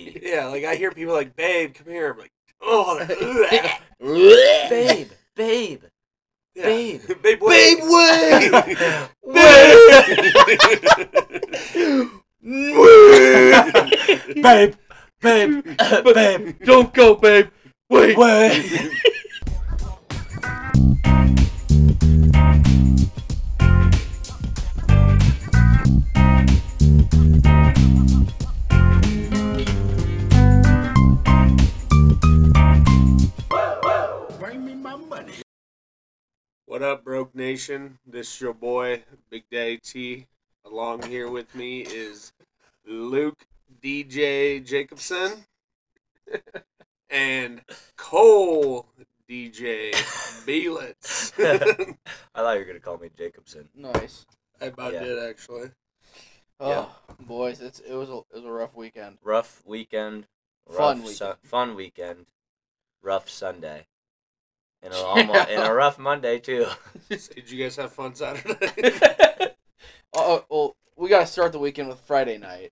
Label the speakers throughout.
Speaker 1: yeah, like I hear people like, "Babe, come here." I'm like, "Oh,
Speaker 2: babe, babe,
Speaker 1: yeah.
Speaker 2: Babe.
Speaker 1: babe,
Speaker 2: babe,
Speaker 1: wait.
Speaker 2: wait,
Speaker 1: Wait.
Speaker 2: babe, babe, babe,
Speaker 3: Don't go, babe. Wait.
Speaker 2: wait.
Speaker 1: What up, Broke Nation? This your boy, Big Daddy T. Along here with me is Luke DJ Jacobson and Cole DJ Belitz.
Speaker 3: I thought you were gonna call me Jacobson.
Speaker 4: Nice.
Speaker 1: I about
Speaker 3: Yeah.
Speaker 1: did actually.
Speaker 4: Oh,
Speaker 3: Yeah.
Speaker 4: boys, it's it was a it was a rough weekend.
Speaker 3: Rough weekend. Rough
Speaker 4: Fun
Speaker 3: Sun- fun weekend. Rough Sunday. And a, almost, and a rough Monday too.
Speaker 1: So, did you guys have fun Saturday?
Speaker 4: oh, oh, well, we gotta start the weekend with Friday night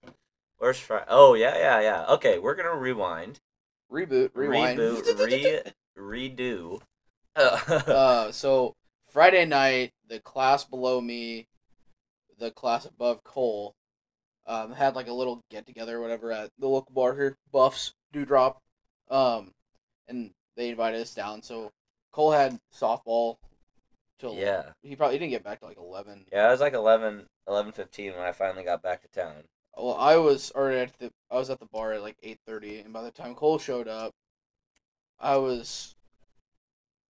Speaker 3: Where's Friday? Oh yeah, yeah, yeah. Okay, we're gonna rewind,
Speaker 4: reboot, rewind.
Speaker 3: reboot, re redo. Uh,
Speaker 4: uh, so Friday night, the class below me, the class above Cole, um, had like a little get together, or whatever, at the local bar here, Buffs Dewdrop, um, and they invited us down. So Cole had softball till
Speaker 3: yeah,
Speaker 4: He probably he didn't get back to like eleven.
Speaker 3: yeah. I was like 11, 11.15 when I finally got back to town.
Speaker 4: Well, I was already at the I was at the bar at like eight thirty, and by the time Cole showed up, I was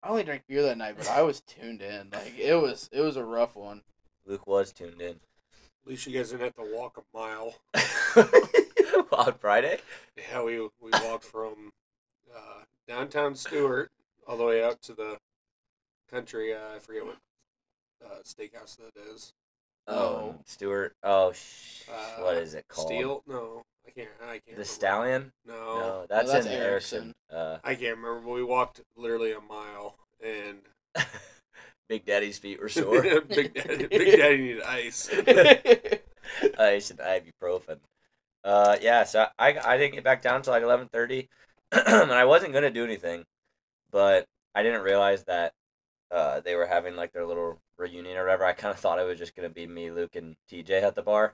Speaker 4: I only drank beer that night, but I was tuned in. Like it was it was a rough one.
Speaker 3: Luke was tuned in
Speaker 1: At least you guys didn't have to walk a mile.
Speaker 3: on Friday.
Speaker 1: Yeah, we we walked from uh, downtown Stewart all the way out to the country. Uh, I forget what uh, steakhouse that is.
Speaker 3: Oh,
Speaker 4: No.
Speaker 3: Stuart. Oh, sh-
Speaker 1: Uh,
Speaker 3: what is it called?
Speaker 1: Steel? Oh. No, I can't. I can't. remember.
Speaker 3: The Stallion?
Speaker 1: No,
Speaker 3: No, that's,
Speaker 4: that's
Speaker 3: in Erickson.
Speaker 4: Erickson.
Speaker 3: Uh,
Speaker 1: I can't remember. But we walked literally a mile, and
Speaker 3: Big Daddy's feet were sore.
Speaker 1: Big Daddy, Big Daddy needed ice.
Speaker 3: Ice and Uh, ibuprofen. Uh, yeah, so I, I didn't get back down till like eleven thirty, and I wasn't gonna do anything, but I didn't realize that uh, they were having like their little reunion or whatever. I kind of thought it was just gonna be me, Luke, and TJ at the bar,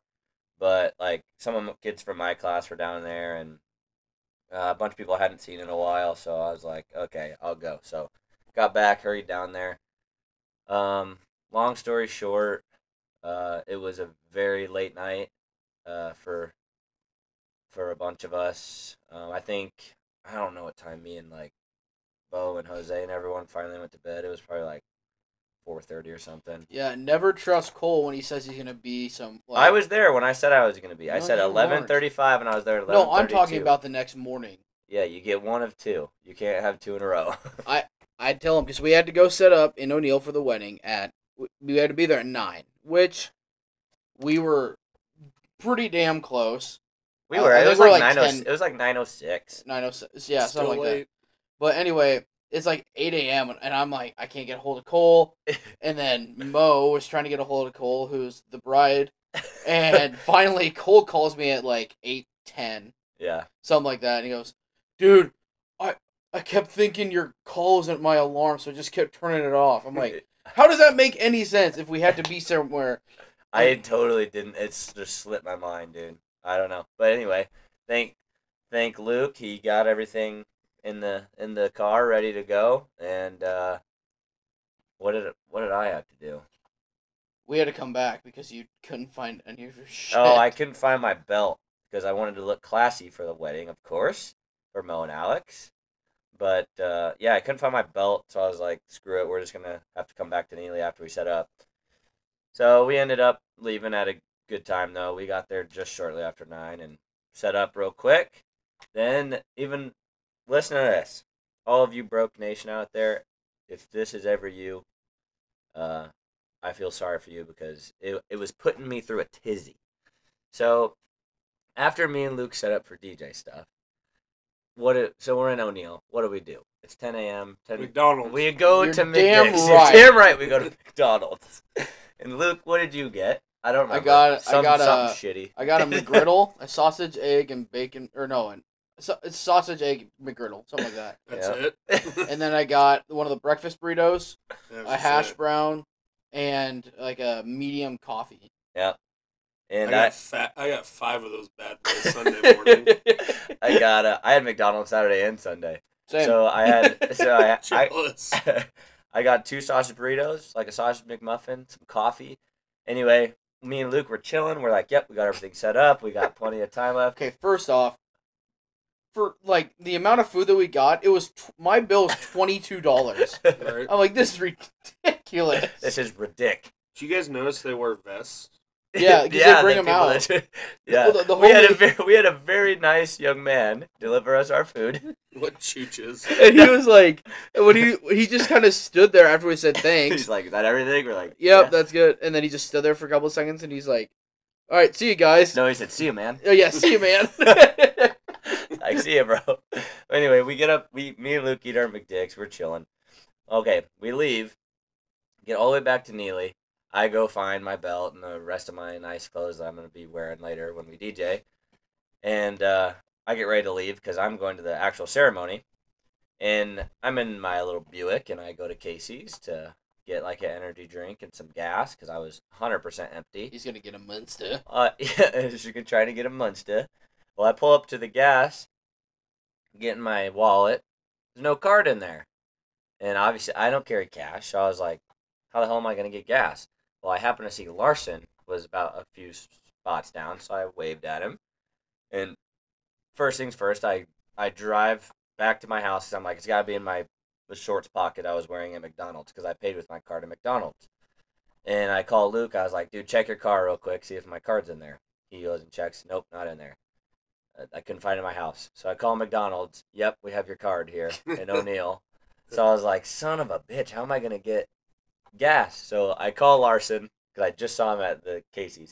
Speaker 3: but like some of the kids from my class were down there, and uh, a bunch of people I hadn't seen in a while, so I was like, okay, I'll go. So got back, hurried down there. Um, long story short, uh, it was a very late night uh, for for a bunch of us. Um, I think I don't know what time me and like Bo and Jose and everyone finally went to bed. It was probably like four thirty or something.
Speaker 4: yeah, never trust Cole when he says he's gonna be some. Like,
Speaker 3: I was there when I said I was going to be. I
Speaker 4: No,
Speaker 3: said
Speaker 4: you weren't.
Speaker 3: eleven thirty-five, and I was there. At
Speaker 4: no, I'm talking
Speaker 3: 11:32.
Speaker 4: about the next morning.
Speaker 3: Yeah, you get one of two. You can't have two in a row.
Speaker 4: I tell him because we had to go set up in O'Neill for the wedding at we had to be there at nine, which we were pretty damn close.
Speaker 3: we
Speaker 4: I-
Speaker 3: were.
Speaker 4: I
Speaker 3: it
Speaker 4: think
Speaker 3: was
Speaker 4: we're
Speaker 3: like
Speaker 4: like
Speaker 3: nine oh.
Speaker 4: 10.
Speaker 3: It was like nine oh six.
Speaker 4: Nine oh six, yeah,
Speaker 1: Still
Speaker 4: something like that.
Speaker 1: late.
Speaker 4: But anyway, it's like 8 a.m. and I'm like, I can't get a hold of Cole. And then Mo was trying to get a hold of Cole, who's the bride. And finally, Cole calls me at like 8:10,
Speaker 3: Yeah.
Speaker 4: something like that. And he goes, "Dude, I I kept thinking your call wasn't my alarm, so I just kept turning it off." I'm like, "How does that make any sense if we had to be somewhere?"
Speaker 3: I totally didn't. It's just slipped my mind, dude. I don't know. But anyway, thank thank Luke. He got everything in the in the car ready to go. And uh, what did what did I have to do?
Speaker 4: We had to come back because you couldn't find any of your shit.
Speaker 3: Oh, I couldn't find my belt because I wanted to look classy for the wedding, of course, for Mo and Alex. But uh, yeah, I couldn't find my belt, so I was like, screw it, we're just gonna have to come back to Neely after we set up. So we ended up leaving at a good time though. We got there just shortly after nine and set up real quick. Then even listen to this. All of you broke nation out there, if this is ever you, uh, I feel sorry for you because it, it was putting me through a tizzy. So after me and Luke set up for DJ stuff, what? Do, so we're in O'Neill. What do we do? It's 10 a.m. 10,
Speaker 1: McDonald's.
Speaker 3: we go
Speaker 4: You're
Speaker 3: to
Speaker 4: damn
Speaker 3: McDonald's.
Speaker 4: right.
Speaker 3: You're damn right. We go to McDonald's. And Luke, what did you get? I don't
Speaker 4: I
Speaker 3: remember.
Speaker 4: got- I
Speaker 3: Some,
Speaker 4: got a-
Speaker 3: something shitty.
Speaker 4: I got a McGriddle, a sausage, egg, and bacon, or no, and so, it's sausage egg McGriddle, something like that.
Speaker 1: That's
Speaker 3: Yeah.
Speaker 1: it.
Speaker 4: And then I got one of the breakfast burritos,
Speaker 1: That was
Speaker 4: a hash
Speaker 1: it.
Speaker 4: brown, and like a medium coffee.
Speaker 1: I
Speaker 3: and I,
Speaker 1: got, fat, I got five of those bad boys Sunday morning.
Speaker 3: I got uh, I had McDonald's Saturday and Sunday.
Speaker 4: Same.
Speaker 3: So I had so I, I
Speaker 1: Jealous.
Speaker 3: I got two sausage burritos, like a sausage McMuffin, some coffee. Anyway, me and Luke were chilling. We're like, yep, we got everything set up. We got plenty of time left.
Speaker 4: okay, first off, for like the amount of food that we got, it was tw- my bill was twenty two dollars.
Speaker 1: Right.
Speaker 4: I'm like, this is ridiculous.
Speaker 3: This is ridiculous.
Speaker 1: Did you guys notice they wear vests?
Speaker 4: Yeah, 'cause they bring 'em
Speaker 3: people
Speaker 4: out.
Speaker 3: that- yeah.
Speaker 4: Well, the- the
Speaker 3: we had a
Speaker 4: homemade-
Speaker 3: very, we had a very nice young man deliver us our food.
Speaker 1: What chooches?
Speaker 4: and he was like, when he he just kind of stood there after we said
Speaker 3: He's like, is that everything? We're like,
Speaker 4: Yep,
Speaker 3: "Yeah."
Speaker 4: that's good. And then he just stood there for a couple of seconds, and he's like, "All right, see you guys."
Speaker 3: No, he said, see you, man.
Speaker 4: Oh, yeah, see you, man.
Speaker 3: I see it, bro. Anyway, we get up. We, me and Luke eat our McDicks. We're chilling. Okay, we leave. Get all the way back to Neely. I go find my belt and the rest of my nice clothes that I'm gonna be wearing later when we DJ. And uh, I get ready to leave because I'm going to the actual ceremony. And I'm in my little Buick, and I go to Casey's to get like an energy drink and some gas because I was 100% empty.
Speaker 4: he's gonna get a monster.
Speaker 3: Uh, yeah, she could try to get a Munster. Well, I pull up to the gas, get in my wallet. There's no card in there, and obviously I don't carry cash. So I was like, "How the hell am I gonna get gas?" Well, I happened to see Larson was about a few spots down, so I waved at him. And first things first, I I drive back to my house 'cause I'm like, it's gotta be in my the shorts pocket I was wearing at McDonald's because I paid with my card at McDonald's. And I call Luke. I was like, dude, check your car real quick, see if my card's in there. He goes and checks. Nope, not in there. Uh, I couldn't find it in my house. So I call McDonald's. Yep, we have your card here in O'Neill. So I was like, son of a bitch, how am I going to get gas? So I call Larson because I just saw him at the Casey's.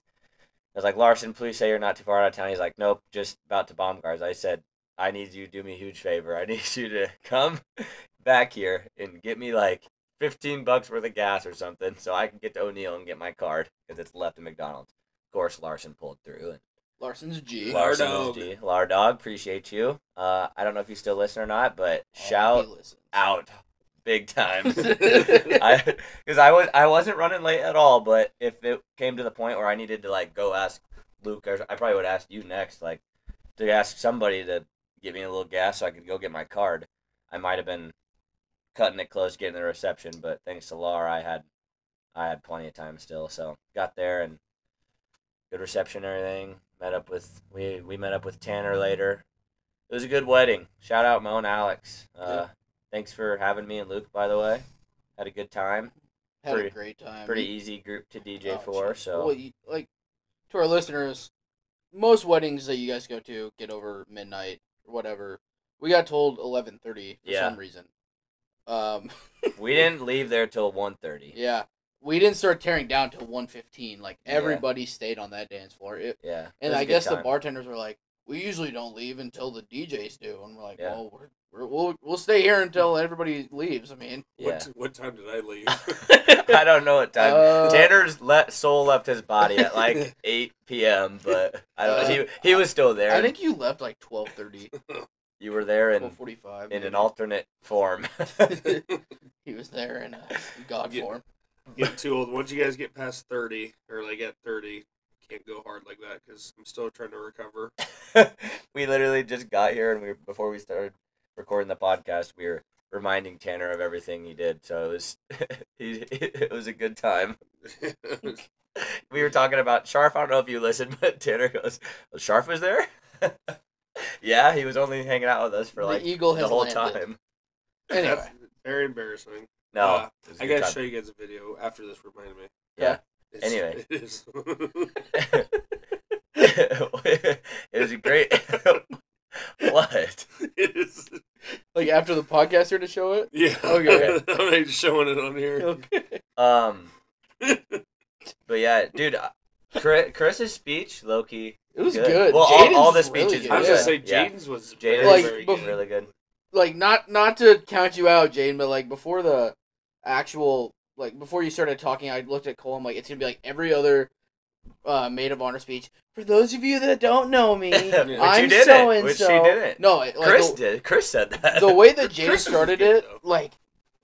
Speaker 3: I was like, Larson, please say you're not too far out of town. He's like, nope, just about to bomb guards. I said, I need you to do me a huge favor. I need you to come back here and get me like 15 bucks worth of gas or something so I can get to O'Neill and get my card because it's left at McDonald's. Of course, Larson pulled through. And
Speaker 4: Larson's a G.
Speaker 1: Lar-
Speaker 3: Larson
Speaker 1: dog.
Speaker 3: was D. Lardog, appreciate you. Uh, I don't know if you still listen or not, but
Speaker 4: Oh,
Speaker 3: shout
Speaker 4: he listens.
Speaker 3: out big time. I because I was I wasn't running late at all, but if it came to the point where I needed to like go ask Luke, or I probably would ask you next, like to ask somebody to get me a little gas so I could go get my card. I might have been cutting it close getting the reception, but thanks to Laura, I had I had plenty of time still, so got there and good reception and everything. Met up with we we met up with Tanner later. It was a good wedding. Shout out Mo and Alex. Uh, Thanks for having me and Luke. By the way, had a good time.
Speaker 4: Had
Speaker 3: pretty-
Speaker 4: a great time.
Speaker 3: Pretty
Speaker 4: He-
Speaker 3: easy group to DJ
Speaker 4: oh,
Speaker 3: for.
Speaker 4: shit.
Speaker 3: So
Speaker 4: Well, you- like to our listeners, most weddings that you guys go to get over midnight or whatever. We got told eleven thirty for
Speaker 3: Yeah.
Speaker 4: some reason. Um,
Speaker 3: we didn't leave there till 1.30. Yeah.
Speaker 4: yeah, we didn't start tearing down till one fifteen. Like
Speaker 3: Yeah.
Speaker 4: everybody stayed on that dance floor. It,
Speaker 3: it
Speaker 4: And
Speaker 3: was a
Speaker 4: I
Speaker 3: good
Speaker 4: guess the
Speaker 3: time.
Speaker 4: bartenders were like, "We usually don't leave until the DJs do," and we're like,
Speaker 3: Yeah.
Speaker 4: "Well, we're, we're, we'll we'll stay here until everybody leaves." I mean,
Speaker 3: Yeah.
Speaker 1: What, what time did I leave?
Speaker 3: I don't know what time.
Speaker 4: Uh,
Speaker 3: Tanner's let soul left his body at like 8 p.m. But I don't. he he was still there.
Speaker 4: Uh, I think you left like 12.30,
Speaker 3: you were there in
Speaker 4: 12.45.
Speaker 3: in an
Speaker 4: maybe.
Speaker 3: alternate form.
Speaker 4: he was there in a god
Speaker 1: Yeah.
Speaker 4: form.
Speaker 1: Getting too old. Once you guys get past 30, or like at 30, can't go hard like that because I'm still trying to recover.
Speaker 3: we literally just got here and we were, before we started recording the podcast, we were reminding Tanner of everything he did. So it was he, it was a good time. We were talking about Sharf. I don't know if you listened, but Tanner goes, well, "Sharf was there." yeah, he was only hanging out with us for like
Speaker 4: the eagle has
Speaker 3: the whole
Speaker 4: landed.
Speaker 3: time.
Speaker 4: Anyway,
Speaker 1: very embarrassing.
Speaker 3: No,
Speaker 1: Uh,
Speaker 3: it was a
Speaker 1: I
Speaker 3: good
Speaker 1: gotta
Speaker 3: time.
Speaker 1: show you guys a video after this. Remind me.
Speaker 3: Yeah.
Speaker 1: It's,
Speaker 3: Anyway.
Speaker 1: it is.
Speaker 3: it was a great. what?
Speaker 1: it is.
Speaker 4: like after the podcast, here to show it.
Speaker 1: Yeah.
Speaker 4: Okay.
Speaker 1: I'm not even showing it on here.
Speaker 4: Okay.
Speaker 3: Um, but yeah, dude, Chris, Chris's speech, Loki,
Speaker 4: It was
Speaker 3: Good.
Speaker 4: good.
Speaker 3: Well, all-
Speaker 4: Jaden's
Speaker 3: all the
Speaker 4: was really
Speaker 3: speeches
Speaker 4: good.
Speaker 1: I was
Speaker 3: Yeah.
Speaker 1: gonna say
Speaker 3: Yeah.
Speaker 1: Jaden's was
Speaker 3: Jaden's
Speaker 1: very,
Speaker 4: Like,
Speaker 1: very
Speaker 4: bef-
Speaker 1: good.
Speaker 3: really good.
Speaker 4: like not not to count you out, Jane, but like before the actual like before you started talking, I looked at Cole. I'm like, it's gonna be like every other uh, maid of honor speech. For those of you that don't know me,
Speaker 3: Which you
Speaker 4: I'm
Speaker 3: didn't,
Speaker 4: so and
Speaker 3: which she
Speaker 4: so.
Speaker 3: didn't.
Speaker 4: No, it, like,
Speaker 3: Chris
Speaker 4: the-
Speaker 3: did. Chris said that.
Speaker 4: the way that Jada
Speaker 1: Chris was
Speaker 4: started
Speaker 1: good,
Speaker 4: it,
Speaker 1: though.
Speaker 4: like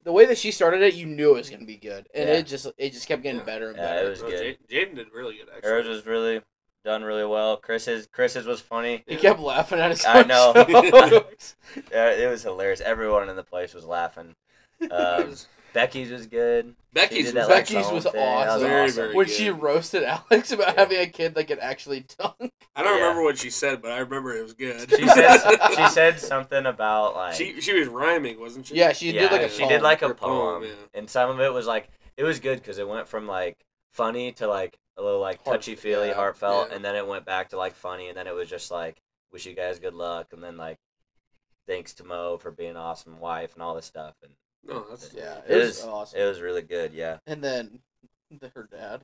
Speaker 4: the way that she started it, you knew it was gonna be good, and
Speaker 3: Yeah.
Speaker 4: it just it just kept getting
Speaker 1: Yeah.
Speaker 4: better and
Speaker 3: Yeah,
Speaker 4: better.
Speaker 3: it was
Speaker 1: No,
Speaker 3: good.
Speaker 1: Ja- Jaden did really good actually.
Speaker 3: Hers was really done really well. Chris's Chris's was funny.
Speaker 4: He kept laughing at his.
Speaker 3: I
Speaker 4: own
Speaker 3: know.
Speaker 4: jokes.
Speaker 3: Uh, it was hilarious. Everyone in the place was laughing. Um, Becky's was good. She
Speaker 1: Becky's
Speaker 3: did
Speaker 1: was
Speaker 3: that, like,
Speaker 4: Becky's
Speaker 3: song
Speaker 4: was
Speaker 3: thing. That was
Speaker 4: awesome.
Speaker 1: Very,
Speaker 3: awesome.
Speaker 1: very-
Speaker 4: when she
Speaker 1: good.
Speaker 4: roasted Alex about
Speaker 3: Yeah.
Speaker 4: having a kid that could actually dunk,
Speaker 1: I don't
Speaker 3: Yeah.
Speaker 1: remember what she said, but I remember it was good.
Speaker 3: She said she said something about like
Speaker 1: she she was rhyming, wasn't she?
Speaker 4: yeah, she
Speaker 3: yeah,
Speaker 4: did like a oh,
Speaker 3: she
Speaker 4: poem.
Speaker 3: did like a
Speaker 1: Her
Speaker 3: poem,
Speaker 1: poem, yeah.
Speaker 3: and some of it was like it was good because it went from like funny to like a little like
Speaker 4: Heart-
Speaker 3: touchy feely
Speaker 4: yeah,
Speaker 3: heartfelt,
Speaker 1: yeah.
Speaker 3: and then it went back to like funny, and then it was just like wish you guys good luck, and then like thanks to Mo for being an awesome wife and all this stuff, and
Speaker 1: No, that's
Speaker 4: yeah, it,
Speaker 3: it
Speaker 4: was,
Speaker 3: was-
Speaker 4: awesome.
Speaker 3: it was really good. Yeah.
Speaker 4: and then the- her dad.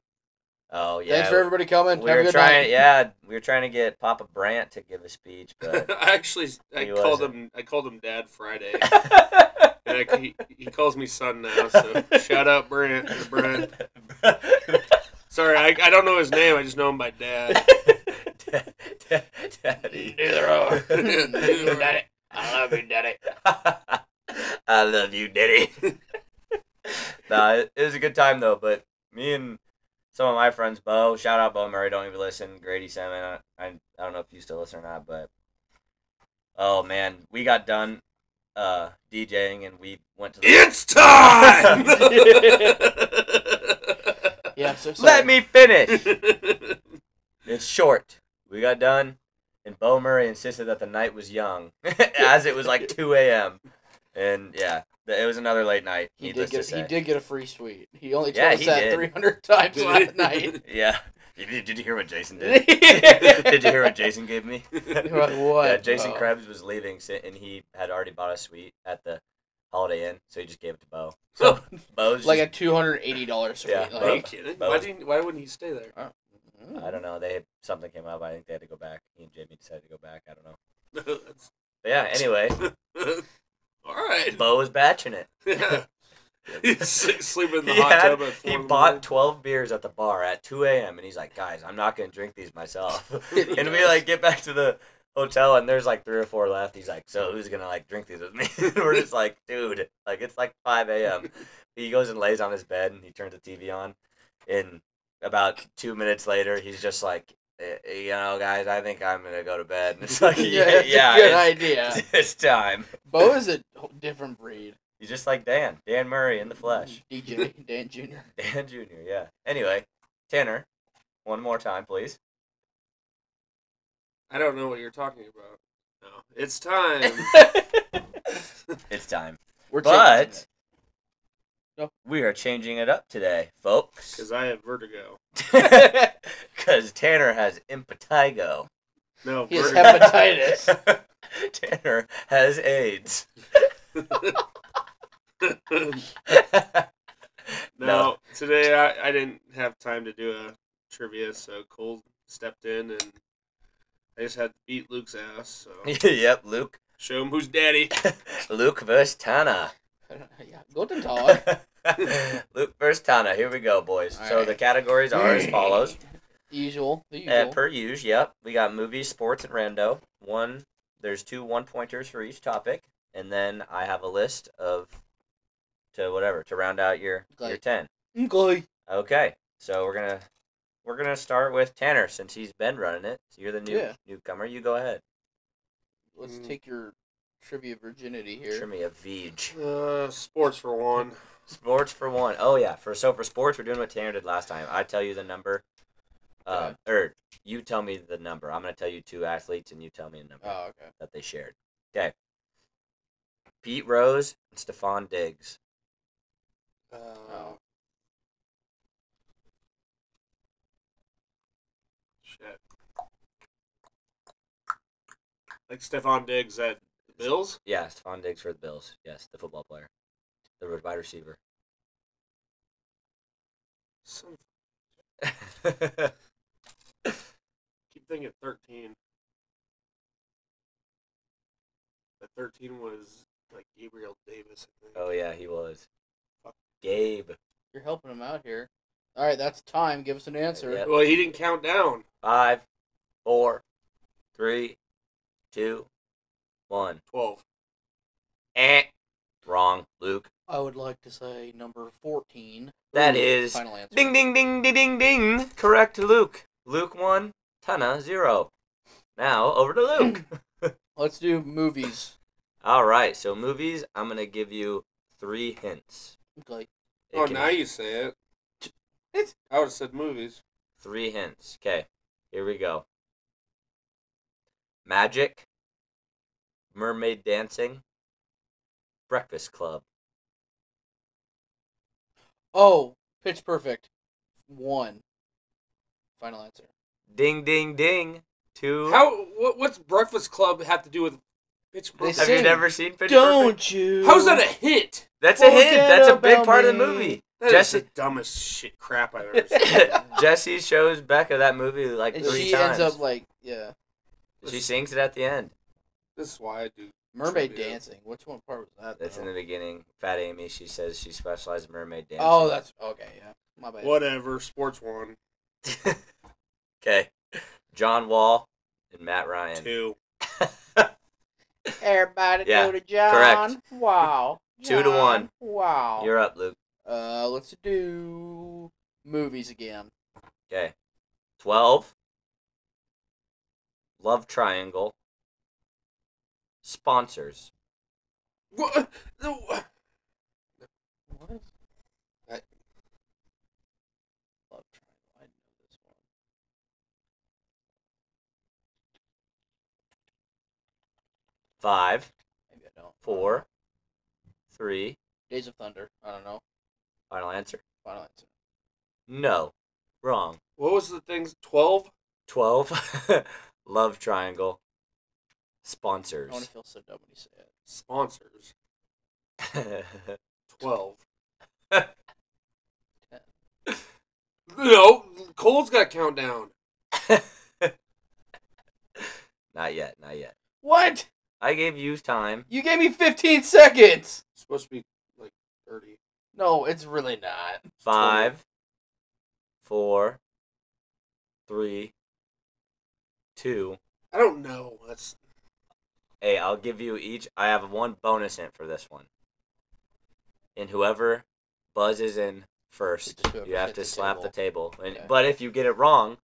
Speaker 3: Oh yeah.
Speaker 4: Thanks for everybody coming.
Speaker 3: we
Speaker 4: Have a
Speaker 3: were
Speaker 4: good
Speaker 3: trying,
Speaker 4: night.
Speaker 3: yeah, we were trying to get Papa Brant to give a speech, but
Speaker 1: I actually I
Speaker 3: He
Speaker 1: called
Speaker 3: wasn't.
Speaker 1: him I called him Dad Friday. and I, he, he calls me son now, so shout out Brent. Brent. Sorry, I, I don't know his name. I just know him by Dad.
Speaker 3: Daddy.
Speaker 4: Neither are.
Speaker 1: Neither are.
Speaker 4: Daddy. I love you, Daddy.
Speaker 3: I love you, Daddy. nah, it, it was a good time though. But me and some of my friends, Bo, shout out Bo Murray. Don't even listen. Grady Salmon. I, I I don't know if you still listen or not, but oh man, we got done uh DJing and we went to the
Speaker 1: It's time.
Speaker 4: Yeah, I'm so sorry.
Speaker 3: Let me finish. It's short. We got done, and Bo Murray insisted that the night was young, as it was like 2 a.m. And yeah, th- it was another late night.
Speaker 4: He did
Speaker 3: needless
Speaker 4: get
Speaker 3: to say.
Speaker 4: he did get a free suite. He only told
Speaker 3: Yeah,
Speaker 4: us
Speaker 3: he
Speaker 4: that
Speaker 3: did.
Speaker 4: three hundred times last night.
Speaker 3: Yeah. Did you, did you hear what Jason did?
Speaker 4: You're
Speaker 3: did you hear what Jason gave me?
Speaker 4: like, what?
Speaker 3: yeah, Jason
Speaker 4: bro?
Speaker 3: Krebs was leaving, si- and he had already bought a suite at the Holiday Inn, so he just gave it to Bo. So Bo's
Speaker 4: Like
Speaker 3: like
Speaker 4: a two hundred eighty dollars suite.
Speaker 3: Yeah,
Speaker 1: Are you
Speaker 4: like, mm.
Speaker 1: kidding?
Speaker 3: Bo-
Speaker 1: Why didn't Why wouldn't he stay there?
Speaker 3: I I don't know. They had, something came up. I think they had to go back. He and Jamie decided to go back. I don't know. But yeah. Anyway,
Speaker 1: All right.
Speaker 3: Bo was batching it.
Speaker 1: Yeah. He's sleep- sleeping in the
Speaker 3: He
Speaker 1: hot
Speaker 3: had-
Speaker 1: tub. At four
Speaker 3: He
Speaker 1: in the
Speaker 3: bought
Speaker 1: morning.
Speaker 3: 12 beers at the bar at 2 a.m. and he's like, guys, I'm not going to drink these myself.
Speaker 4: He
Speaker 3: and we
Speaker 4: does.
Speaker 3: like get back to the hotel and there's like three or four left. He's like, so who's going to like drink these with me? and we're just like, dude, like it's like 5 a.m. he goes and lays on his bed and he turns the TV on. And about two minutes later, he's just like, "Eh, you know, guys, I think I'm going to go to bed. And it's like, yeah,
Speaker 4: it's a
Speaker 3: yeah,
Speaker 4: good
Speaker 3: it's,
Speaker 4: idea.
Speaker 3: it's time.
Speaker 4: Bo is a whole different breed.
Speaker 3: He's just like Dan, Dan Murray in the flesh.
Speaker 4: DJ Dan Junior.
Speaker 3: Dan Jr., yeah. Anyway, Tanner, one more time, please.
Speaker 1: I don't know what you're talking about. No, it's time.
Speaker 3: It's time.
Speaker 4: We're taking
Speaker 3: But
Speaker 4: it.
Speaker 3: we are changing it up today, folks.
Speaker 1: Because I have vertigo.
Speaker 3: Because Tanner has impetigo.
Speaker 1: No,
Speaker 4: He has
Speaker 1: vertigo.
Speaker 4: hepatitis.
Speaker 3: Tanner has AIDS.
Speaker 1: no, today I, I didn't have time to do a trivia, so Cole stepped in and I just had to beat Luke's ass. So
Speaker 3: yep, Luke.
Speaker 1: show him who's daddy.
Speaker 3: Luke versus Tanner.
Speaker 4: yeah, go to dog.
Speaker 3: Luke versus Tanner. Here we go, boys.
Speaker 4: All
Speaker 3: so
Speaker 4: right.
Speaker 3: the categories are as follows.
Speaker 4: Usual. The usual.
Speaker 3: Uh, per use, yep. We got movies, sports, and rando. One, there's two one pointers for each topic, and then I have a list of to whatever to round out your your
Speaker 4: Great.
Speaker 3: ten.
Speaker 4: Okay.
Speaker 3: Okay, so we're gonna we're gonna start with Tanner since he's been running it. So you're the new
Speaker 4: Yeah.
Speaker 3: newcomer. You go ahead.
Speaker 4: Let's
Speaker 1: Mm.
Speaker 4: take your trivia virginity
Speaker 3: Show
Speaker 4: here.
Speaker 3: me a Vij.
Speaker 1: Uh, sports for one.
Speaker 3: Sports for one. Oh yeah, for so for sports we're doing what Tanner did last time. I tell you the number. Uh, or you tell me the number. I'm gonna tell you two athletes, and you tell me a number.
Speaker 4: Oh, okay.
Speaker 3: that they shared. Okay. Pete Rose and Stephon Diggs.
Speaker 1: Uh,
Speaker 4: Oh.
Speaker 1: Shit. Like Stephon Diggs at the Bills.
Speaker 3: Yeah, Stephon Diggs for the Bills. Yes, the football player. The wide receiver.
Speaker 1: Some, keep thinking thirteen. But thirteen was like Gabriel Davis. I think.
Speaker 3: oh yeah, he was. Gabe.
Speaker 4: You're helping him out here. All right, that's time. Give us an answer.
Speaker 3: Yep.
Speaker 1: Well, he didn't count down.
Speaker 3: Five, four, three, two, one.
Speaker 1: Twelve.
Speaker 3: Eh. Wrong, Luke.
Speaker 4: I would like to say number 14.
Speaker 3: That
Speaker 4: Ooh,
Speaker 3: is
Speaker 4: Final answer.
Speaker 3: Ding ding ding ding ding ding. Correct, Luke. Luke one, Tana zero. Now over to Luke.
Speaker 4: Let's do movies.
Speaker 3: All right, so movies. I'm gonna give you three hints.
Speaker 4: Okay.
Speaker 3: It
Speaker 1: oh,
Speaker 3: can-
Speaker 1: now you say it.
Speaker 4: It's-
Speaker 1: I would have said movies.
Speaker 3: Three hints. Okay, here we go. Magic, mermaid dancing, Breakfast Club.
Speaker 4: Oh, Pitch Perfect. One. Final answer.
Speaker 3: Ding ding ding. Two.
Speaker 1: How? What, what's Breakfast Club have to do with Pitch
Speaker 4: They
Speaker 1: Perfect?
Speaker 3: Have you
Speaker 4: sing.
Speaker 3: never seen Pitch Perfect?
Speaker 4: you?
Speaker 1: How's that a hit?
Speaker 3: That's a hint.
Speaker 4: Forget
Speaker 3: That's a big
Speaker 4: about
Speaker 3: part of the
Speaker 4: me.
Speaker 3: movie.
Speaker 1: That's
Speaker 3: Jesse-
Speaker 1: the dumbest shit crap I've ever seen.
Speaker 3: Jesse shows Becca that movie like
Speaker 4: And
Speaker 3: three
Speaker 4: she
Speaker 3: times.
Speaker 4: ends up like, yeah.
Speaker 3: She sings it at the end.
Speaker 1: This is why I do.
Speaker 4: Mermaid
Speaker 1: Trivia.
Speaker 4: dancing. Which one part was that?
Speaker 3: That's
Speaker 4: though?
Speaker 3: in the beginning. Fat Amy, she says she specializes in mermaid dancing.
Speaker 4: Oh, that's okay. Yeah, my bad.
Speaker 1: Whatever. Sports one,
Speaker 3: that's okay. John Wall and Matt Ryan. Two,
Speaker 1: two.
Speaker 4: Everybody
Speaker 3: Yeah,
Speaker 4: go to John. Wow.
Speaker 3: to one.
Speaker 4: Wow.
Speaker 3: You're up, Luke.
Speaker 4: Uh, let's do movies again.
Speaker 3: Okay. Twelve. Love triangle. Sponsors.
Speaker 1: What? the-
Speaker 4: What? I love triangle. I know this one.
Speaker 3: Five,
Speaker 4: Maybe I don't.
Speaker 3: four, three.
Speaker 4: Days of Thunder. I don't know.
Speaker 3: Final answer.
Speaker 4: Final answer.
Speaker 3: No. Wrong.
Speaker 1: What was the things? Twelve.
Speaker 3: 12 love triangle
Speaker 4: I want
Speaker 3: sponsors
Speaker 4: to feel so dumb when you say it.
Speaker 1: sponsors. Twelve. no, Cole's got a countdown.
Speaker 3: not yet not yet
Speaker 4: What?
Speaker 3: i gave you time
Speaker 4: You gave me 15 seconds.
Speaker 1: It's supposed to be like thirty.
Speaker 4: No, it's really not.
Speaker 3: five four three two
Speaker 1: I don't know. That's
Speaker 3: hey i'll give you each i have one bonus hint for this one and whoever buzzes in first
Speaker 4: Just whoever
Speaker 3: you have
Speaker 4: hit
Speaker 3: to
Speaker 4: the
Speaker 3: slap the table and,
Speaker 4: Okay.
Speaker 3: but if you get it wrong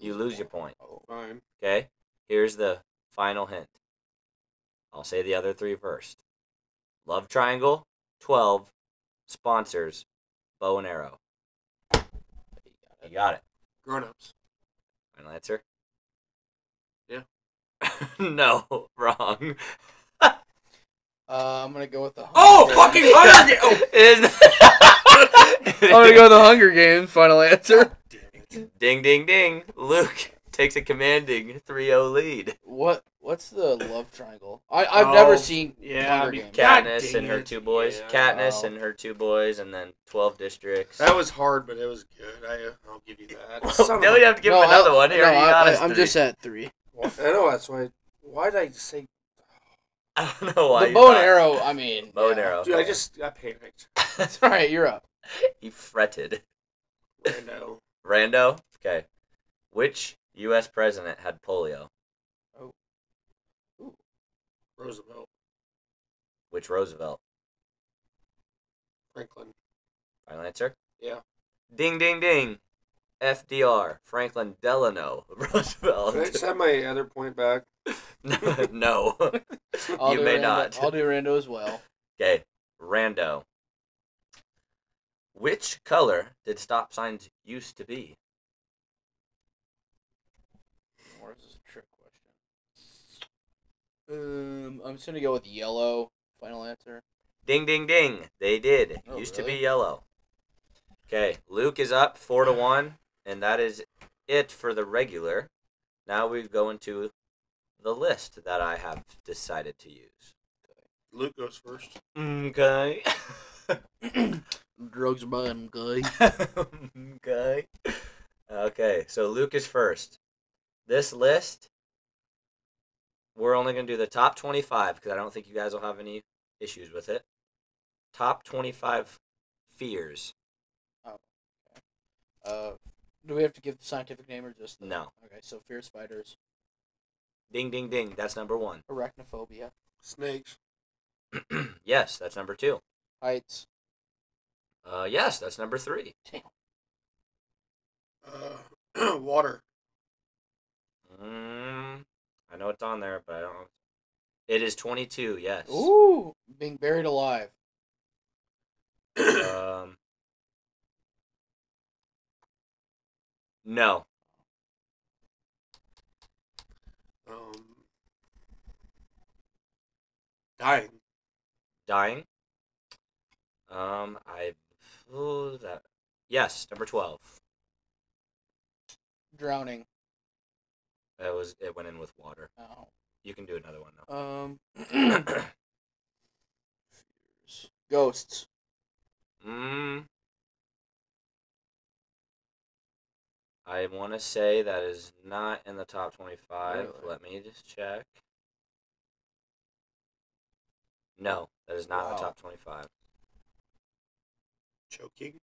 Speaker 3: You lose your point.
Speaker 4: Oh.
Speaker 1: fine.
Speaker 3: Okay, here's the final hint. I'll say the other three first. Love Triangle, 12, sponsors, bow and arrow. You got it.
Speaker 1: Grown ups.
Speaker 3: Final answer?
Speaker 1: Yeah.
Speaker 3: no, wrong.
Speaker 4: Uh, I'm gonna go with the.
Speaker 1: Oh,
Speaker 4: Hunger
Speaker 1: fucking
Speaker 4: Games.
Speaker 1: Hunger Games! Oh,
Speaker 3: Is-
Speaker 4: I'm gonna go with the Hunger Games. Final answer.
Speaker 1: damn it.
Speaker 3: Ding, ding, ding. Luke takes a commanding 3 0 lead.
Speaker 4: What? What's the love triangle? I I've never
Speaker 1: Oh,
Speaker 4: seen
Speaker 1: yeah,
Speaker 4: Hunger
Speaker 1: I mean,
Speaker 4: Games.
Speaker 1: God
Speaker 3: Katniss
Speaker 1: dang
Speaker 3: and her
Speaker 1: it.
Speaker 3: two boys.
Speaker 1: Yeah.
Speaker 3: Katniss
Speaker 4: Wow.
Speaker 3: and her two boys, and then 12 districts.
Speaker 1: That was hard, but it was good. I, I'll give you that. Son of
Speaker 3: now
Speaker 1: a-
Speaker 3: we have to give
Speaker 4: No,
Speaker 3: him another
Speaker 4: I-
Speaker 3: one. Here,
Speaker 4: no,
Speaker 3: you
Speaker 4: I,
Speaker 3: got
Speaker 4: I,
Speaker 3: us
Speaker 4: I'm
Speaker 3: three.
Speaker 4: just at three.
Speaker 1: I know that's why. Why did I say,
Speaker 3: I don't know why.
Speaker 4: the
Speaker 3: you
Speaker 4: bow and
Speaker 3: thought-
Speaker 4: arrow. I mean,
Speaker 3: Bow and
Speaker 4: yeah.
Speaker 3: arrow.
Speaker 1: dude? I just I panicked.
Speaker 4: It's all right. You're up.
Speaker 3: he fretted.
Speaker 1: Rando.
Speaker 3: Rando. Okay. Which U.S. president had polio?
Speaker 1: Roosevelt,
Speaker 3: Which Roosevelt?
Speaker 1: Franklin.
Speaker 3: Final answer.
Speaker 1: Yeah.
Speaker 3: Ding ding ding. FDR. Franklin Delano
Speaker 1: Can I just
Speaker 3: Roosevelt.
Speaker 1: have my other point back?
Speaker 3: no.
Speaker 4: I'll
Speaker 3: you
Speaker 4: do
Speaker 3: may
Speaker 4: Rando-
Speaker 3: not.
Speaker 4: I'll do Rando as well.
Speaker 3: Okay. Rando. Which color did stop signs used to be?
Speaker 4: Or is this a trick question? Um, I'm just gonna go with yellow. Final answer.
Speaker 3: Ding, ding, ding. They did.
Speaker 4: Oh,
Speaker 3: Used to
Speaker 4: really?
Speaker 3: be yellow. Okay, Luke is up four to one, and that is it for the regular. Now we go into the list that I have decided to use.
Speaker 1: Luke goes first.
Speaker 3: Okay.
Speaker 4: Drugs by him, guy.
Speaker 3: okay. Okay, so Luke is first. This list, we're only going to do the top 25 because I don't think you guys will have any issues with it. Top 25 fears.
Speaker 4: Oh, Uh, do we have to give the scientific name or just the...
Speaker 3: No.
Speaker 4: Okay, so fear of spiders,
Speaker 3: Ding, ding, ding. That's number one.
Speaker 4: arachnophobia,
Speaker 1: Snakes.
Speaker 3: yes, that's number two.
Speaker 4: heights.
Speaker 3: Uh, yes, that's number three.
Speaker 1: Uh, water.
Speaker 3: Mm, I know it's on there, but I don't. know. It is twenty-two. Yes.
Speaker 4: Ooh, being buried alive.
Speaker 3: Um. No.
Speaker 1: Um, dying.
Speaker 3: dying. Um, I ooh, that yes, number twelve.
Speaker 4: Drowning.
Speaker 3: That was it. Went in with water.
Speaker 4: Oh.
Speaker 3: You can do another one now.
Speaker 4: Um. fears. Ghosts.
Speaker 3: Mm. I want to say that is not in the top twenty-five.
Speaker 4: Really?
Speaker 3: Let me just check. No, that is not in the
Speaker 4: Wow.
Speaker 3: top twenty-five.
Speaker 1: Choking.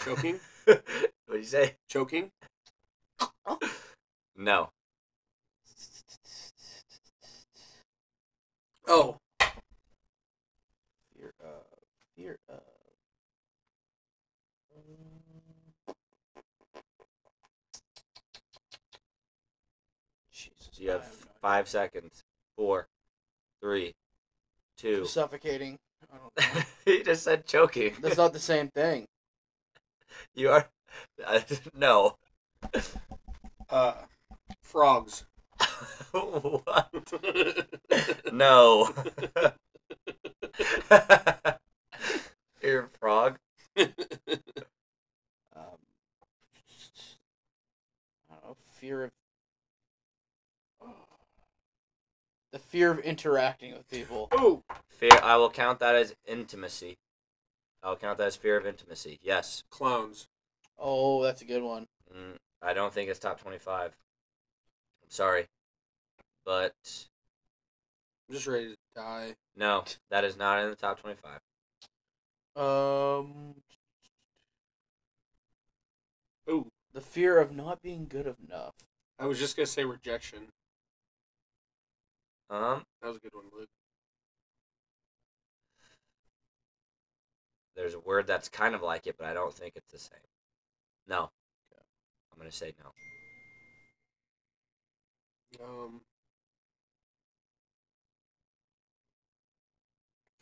Speaker 1: Choking.
Speaker 3: what do you say?
Speaker 1: Choking.
Speaker 3: No.
Speaker 1: Oh,
Speaker 4: Fear of. Fear of. Mm. Jesus.
Speaker 3: You
Speaker 4: I
Speaker 3: have
Speaker 4: no idea.
Speaker 3: five seconds. Four, three, two.
Speaker 4: Suffocating. I don't know.
Speaker 3: he just said choking.
Speaker 4: That's not the same thing.
Speaker 3: You are uh, no.
Speaker 1: uh, frogs.
Speaker 3: What? no. You're a frog.
Speaker 4: Um, I don't know. Fear of. oh. The fear of interacting with people.
Speaker 1: oh,
Speaker 3: Fear. I will count that as intimacy. I'll count that as fear of intimacy. Yes.
Speaker 1: clowns.
Speaker 4: Oh, that's a good one.
Speaker 3: Mm, I don't think it's top twenty-five. I'm sorry, but
Speaker 1: I'm just ready to die.
Speaker 3: no, that is not in the top twenty-five.
Speaker 4: Um,
Speaker 1: Oh,
Speaker 4: the fear of not being good enough.
Speaker 1: I was just gonna say rejection.
Speaker 3: Um,
Speaker 1: That was a good one, Luke.
Speaker 3: there's a word that's kind of like it, but I don't think it's the same. No. I'm gonna say no.
Speaker 1: Um,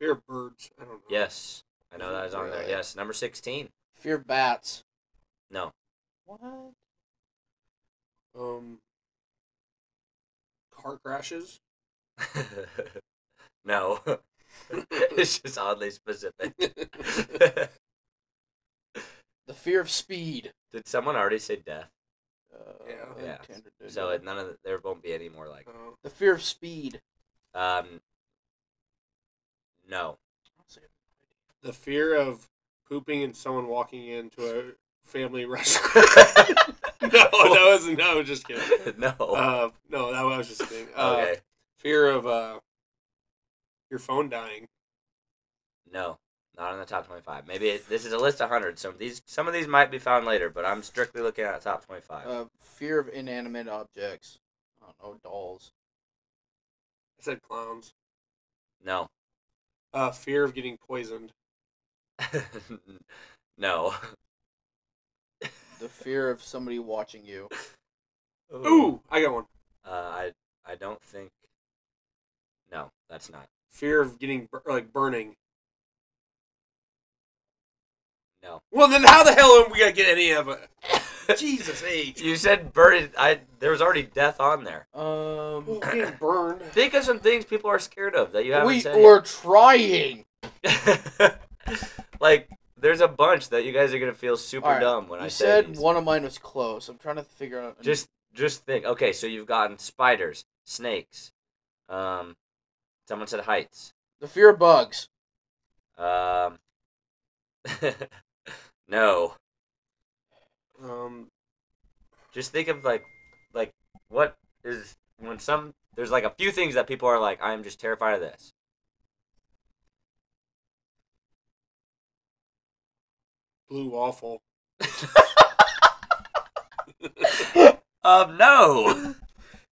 Speaker 1: fear of birds. I don't know.
Speaker 3: Yes. I know that is on there.
Speaker 4: Really?
Speaker 3: Yes. Number sixteen.
Speaker 4: Fear of bats.
Speaker 3: No.
Speaker 4: What?
Speaker 1: Um, car crashes.
Speaker 3: no. it's just oddly specific.
Speaker 4: The fear of speed.
Speaker 3: Did someone already say death?
Speaker 4: Uh,
Speaker 1: Yeah.
Speaker 3: Yeah.
Speaker 4: Tanner did
Speaker 3: So
Speaker 4: that.
Speaker 3: it, none of the, there won't be any more like
Speaker 1: Oh,
Speaker 4: the fear of speed.
Speaker 3: um no.
Speaker 1: the fear of pooping and someone walking into a family restaurant. no, that was no. I was just kidding.
Speaker 3: no.
Speaker 1: Uh, no, that was just kidding. Uh,
Speaker 3: Oh. okay.
Speaker 1: Fear of uh, your phone dying.
Speaker 3: No, not in the top twenty-five. Maybe it, this is a list of hundred. Some of these, some of these might be found later, but I'm strictly looking at top twenty-five.
Speaker 4: Uh, fear of inanimate objects. I don't know, dolls.
Speaker 1: I said clowns.
Speaker 3: no,
Speaker 1: Uh, fear of getting poisoned.
Speaker 3: no.
Speaker 4: The fear of somebody watching you.
Speaker 3: Hmm.
Speaker 1: Ooh, I got one.
Speaker 3: Uh, I I don't think. No, that's not.
Speaker 1: Fear of getting bur- like burning.
Speaker 3: No.
Speaker 1: Well, then how the hell am we gonna get any of it? Jesus H.
Speaker 3: You said burn. I there was already death on there.
Speaker 1: Well,
Speaker 4: Um,
Speaker 1: getting burned.
Speaker 3: Think of some things people are scared of that you haven't
Speaker 4: we
Speaker 3: said.
Speaker 4: were trying.
Speaker 3: yet. like there's a bunch that you guys are gonna feel super
Speaker 4: Alright,
Speaker 3: dumb when I
Speaker 4: you
Speaker 3: say
Speaker 4: said
Speaker 3: these.
Speaker 4: one of mine was close. I'm trying to figure out.
Speaker 3: just just think okay so you've gotten spiders snakes um someone said heights
Speaker 4: the fear of bugs.
Speaker 3: um no
Speaker 1: Um,
Speaker 3: just think of like like what is when some there's like a few things that people are like i'm just terrified of this
Speaker 1: blue waffle.
Speaker 3: um, no.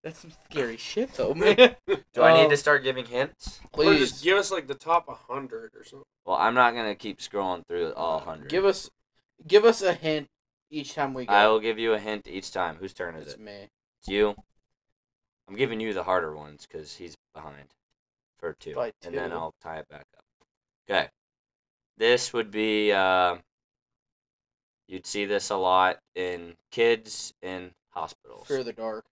Speaker 4: That's some scary shit, though, man.
Speaker 3: Do I need
Speaker 4: Um,
Speaker 3: to start giving hints?
Speaker 1: Or just
Speaker 4: Please
Speaker 1: give us like the top 100 or something.
Speaker 3: Well, I'm not gonna keep scrolling through all hundred.
Speaker 4: give us, give us a hint each time we go.
Speaker 3: I will give you a hint each time. Whose turn is
Speaker 4: it's
Speaker 3: it?
Speaker 4: me.
Speaker 3: It's you. I'm giving you the harder ones because he's behind for two,
Speaker 4: By
Speaker 3: and then
Speaker 4: two.
Speaker 3: I'll tie it back up. Okay. This would be. Uh, you'd see this a lot in kids in hospitals.
Speaker 4: Fear the dark.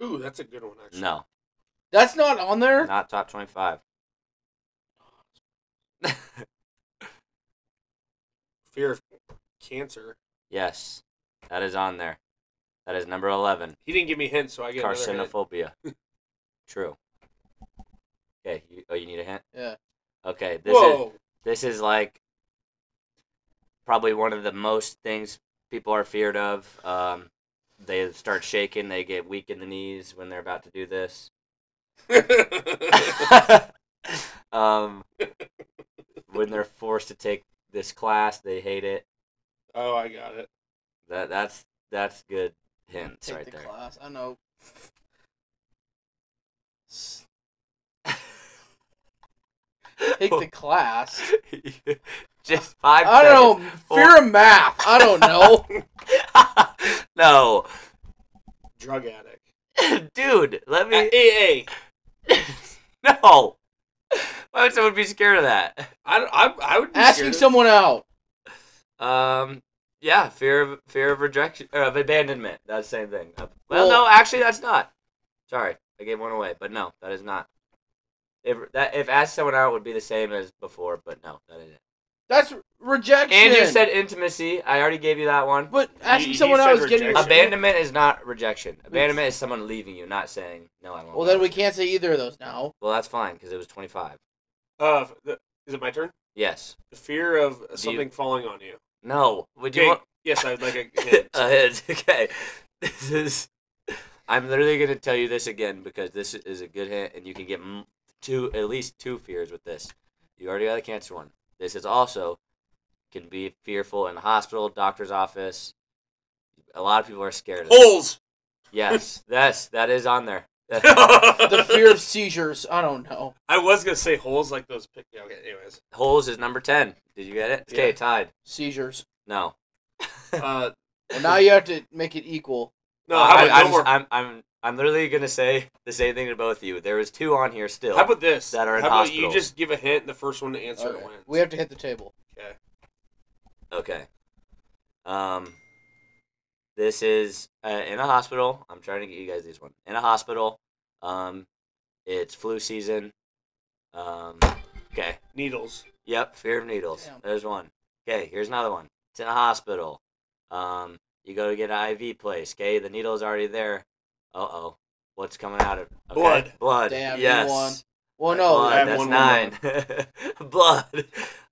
Speaker 1: Ooh, that's a good one, actually.
Speaker 3: No,
Speaker 4: That's not on there.
Speaker 3: not top twenty-five.
Speaker 1: Fear of cancer.
Speaker 3: yes, that is on there. That is number eleven.
Speaker 1: He didn't give me hints, so I get another hint.
Speaker 3: Carcinophobia. True. Okay. You, oh, you need a hint.
Speaker 4: Yeah.
Speaker 3: Okay. This is
Speaker 1: Whoa.
Speaker 3: this is like probably one of the most things people are feared of. Um, they start shaking. They get weak in the knees when they're about to do this. um, when they're forced to take this class, they hate it.
Speaker 1: oh, I got it.
Speaker 3: That that's that's good hints
Speaker 4: Take
Speaker 3: right
Speaker 4: the
Speaker 3: there.
Speaker 4: class. I know. S- Take the class.
Speaker 3: Just five.
Speaker 4: I don't know. Fear of math. I don't know.
Speaker 3: seconds. no,
Speaker 1: Drug addict.
Speaker 3: dude. Let me.
Speaker 1: AA.
Speaker 3: No. Why would someone be scared of that?
Speaker 1: I, don't- I, I would be
Speaker 4: Asking
Speaker 1: scared.
Speaker 4: someone out.
Speaker 3: Um, yeah, fear of fear of rejection or of abandonment. That's the same thing. Uh, Well,
Speaker 4: Well-
Speaker 3: no, actually, that's not. Sorry, I gave one away, but no, that is not. If that if ask someone out would be the same as before, but no, that isn't.
Speaker 4: That's rejection.
Speaker 3: And you said intimacy. I already gave you that one.
Speaker 4: But asking
Speaker 1: he
Speaker 4: someone
Speaker 1: said
Speaker 4: out is getting
Speaker 1: rejection.
Speaker 3: Abandonment is not rejection. Abandonment is someone leaving you, not saying no. I won't.
Speaker 4: Well,
Speaker 3: go
Speaker 4: then we
Speaker 3: with you."
Speaker 4: can't say either of those now.
Speaker 3: Well, that's fine because it was twenty five.
Speaker 1: Uh, the, is it my turn?
Speaker 3: Yes.
Speaker 1: The fear of
Speaker 3: you-
Speaker 1: something falling on you.
Speaker 3: No. Would you
Speaker 1: Okay,
Speaker 3: want? Uh,
Speaker 1: Yes, I would like a hint.
Speaker 3: a hint. Okay. This is. I'm literally gonna tell you this again because this is a good hint, and you can get m- two, at least two fears with this. You already got a cancer one. This is also can be fearful in the hospital, doctor's office. A lot of people are scared. Of this.
Speaker 1: Holes.
Speaker 3: Yes, yes, that is on there.
Speaker 4: The fear of seizures. I don't know.
Speaker 1: I was gonna say holes like those. Pic- yeah, okay, anyways.
Speaker 3: Holes is number ten. Did you get it? Okay,
Speaker 1: Yeah.
Speaker 3: tied.
Speaker 4: Seizures.
Speaker 3: No,
Speaker 1: Uh,
Speaker 4: Well, now you have to make it equal.
Speaker 1: no.
Speaker 3: Uh, I,
Speaker 1: How about,
Speaker 3: I'm,
Speaker 1: no more.
Speaker 3: I'm, I'm, I'm literally gonna say the same thing to both of you. There was two on here still.
Speaker 1: how about this?
Speaker 3: that are in
Speaker 1: how about
Speaker 3: hospitals.
Speaker 1: you just give a hint, and the first one to answer it
Speaker 4: Okay.
Speaker 1: wins.
Speaker 4: We have to hit the table.
Speaker 3: Okay. Um, this is uh, in a hospital. I'm trying to get you guys these one in a hospital. Um, it's flu season. Um, okay.
Speaker 1: needles.
Speaker 3: Yep. Fear of needles.
Speaker 4: Damn.
Speaker 3: There's one. Okay. Here's another one. It's in a hospital. Um, you go to get an IV place. Okay. The needle's already there. Uh oh. What's coming out of okay,
Speaker 1: Blood.
Speaker 3: Blood.
Speaker 4: Damn, you
Speaker 3: Yes.
Speaker 4: won. Well,
Speaker 1: I
Speaker 4: no.
Speaker 1: have
Speaker 3: blood. That's
Speaker 1: one more
Speaker 3: nine. blood.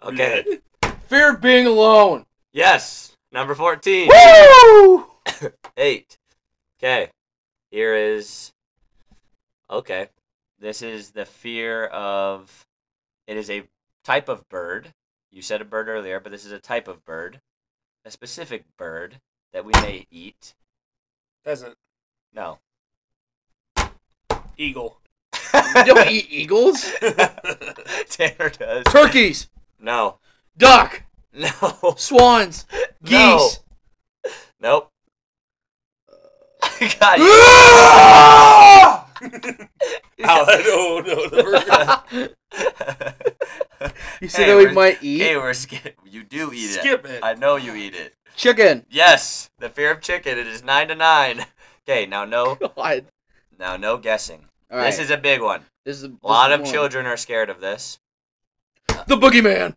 Speaker 3: Okay.
Speaker 1: Blood.
Speaker 4: Fear of being alone.
Speaker 3: Yes. Number fourteen.
Speaker 4: Woo!
Speaker 3: eight. Okay. Here is. Okay. This is the fear of. It is a type of bird. You said a bird earlier, but this is a type of bird. A specific bird that we may eat.
Speaker 1: Pheasant.
Speaker 3: No.
Speaker 1: Eagle.
Speaker 4: You don't eat eagles?
Speaker 3: Tanner does.
Speaker 4: Turkeys.
Speaker 3: No.
Speaker 4: Duck.
Speaker 3: No.
Speaker 4: Swans. Geese.
Speaker 3: Nope. God, you-
Speaker 1: Ah! oh no! The burger.
Speaker 4: You
Speaker 3: Hey,
Speaker 4: said that we
Speaker 3: we're-
Speaker 4: might eat
Speaker 3: Hey, we're skip. You do eat it.
Speaker 1: Skip it.
Speaker 3: I know you eat it.
Speaker 4: chicken.
Speaker 3: Yes, the fear of chicken. It is nine to nine. Okay, now no,
Speaker 4: God. All right.
Speaker 3: now no guessing. This is a big one.
Speaker 4: this is the- this
Speaker 3: A lot
Speaker 4: is
Speaker 3: of
Speaker 4: the one.
Speaker 3: children are scared of this.
Speaker 4: The boogeyman.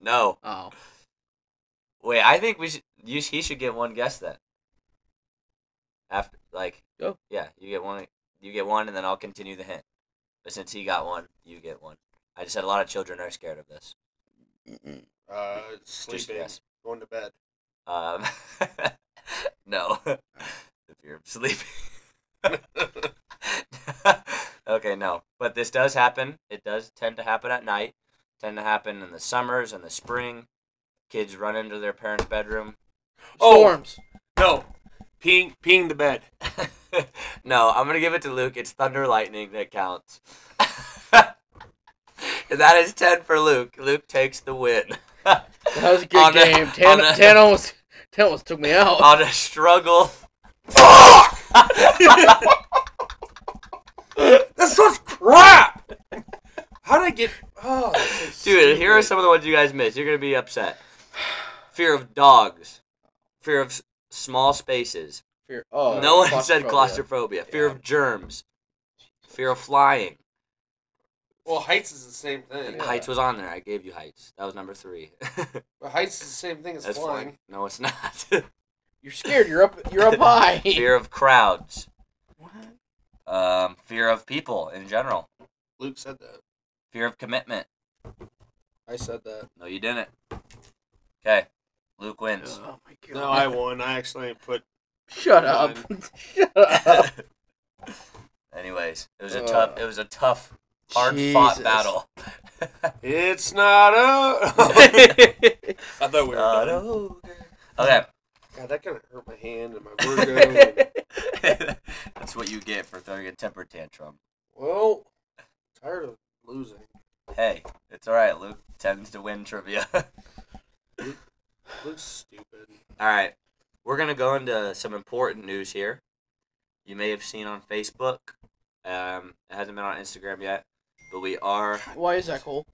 Speaker 3: no,
Speaker 4: Oh.
Speaker 3: wait. I think we should. You, he should get one guess then. After, like,
Speaker 4: Go.
Speaker 3: Yeah, you get one. You get one, and then I'll continue the hint. But since he got one, you get one. I just said a lot of children are scared of this.
Speaker 1: Uh,
Speaker 3: Just
Speaker 1: sleeping.
Speaker 3: guess.
Speaker 1: Going to bed.
Speaker 3: Um, no, the fear of sleeping. okay, no. But this does happen. It does tend to happen at night. Tend to happen in the summers and the spring. Kids run into their parents' bedroom.
Speaker 1: Oh.
Speaker 4: Storms.
Speaker 1: No. peeing peeing the bed.
Speaker 3: no, I'm gonna give it to Luke. It's thunder lightning that counts. that is ten for Luke. Luke takes the win.
Speaker 4: That was a
Speaker 3: On
Speaker 4: good
Speaker 3: the-
Speaker 4: game. Tan,
Speaker 3: on the- Oh.
Speaker 4: Tan almost Tan almost took me out.
Speaker 3: on a struggle.
Speaker 1: That's such crap. How did I get? Oh, this is
Speaker 3: Dude, here are
Speaker 1: stupid.
Speaker 3: some of the ones you guys missed. You're gonna be upset. Fear of dogs. Fear of s- small spaces.
Speaker 4: Fear- Oh,
Speaker 3: no one said
Speaker 4: claustrophobia.
Speaker 3: claustrophobia. Fear of germs. Fear of flying.
Speaker 1: Well, heights is the same thing.
Speaker 4: Yeah.
Speaker 3: Heights was on there. I gave you heights. That was number three.
Speaker 1: But heights is the same thing as
Speaker 3: That's
Speaker 1: flying.
Speaker 3: fine. No, it's not.
Speaker 4: You're scared. You're up. You're up high.
Speaker 3: fear of crowds.
Speaker 4: What?
Speaker 3: Um, fear of people in general.
Speaker 1: Luke said that.
Speaker 3: Fear of commitment.
Speaker 1: I said that.
Speaker 3: No, you didn't. Okay, Luke wins.
Speaker 4: Oh my god.
Speaker 1: No, I won. I actually put.
Speaker 4: Shut up. Shut up.
Speaker 3: Anyways, it was a
Speaker 4: Uh,
Speaker 3: tough. It was a tough, hard-fought
Speaker 4: Jesus.
Speaker 3: battle.
Speaker 1: It's not a.
Speaker 4: That's
Speaker 1: I thought we were.
Speaker 3: Not
Speaker 1: done.
Speaker 3: over. Okay,
Speaker 1: God, that kind of hurt my hand and my Virgo.
Speaker 3: that's what you get for throwing a temper tantrum.
Speaker 1: well, tired of losing.
Speaker 3: Hey, it's all right. Luke tends to win trivia.
Speaker 1: Luke's stupid.
Speaker 3: All right. We're going to go into some important news here. You may have seen on Facebook. Um, it hasn't been on Instagram yet, but we are
Speaker 4: Why is that Cole?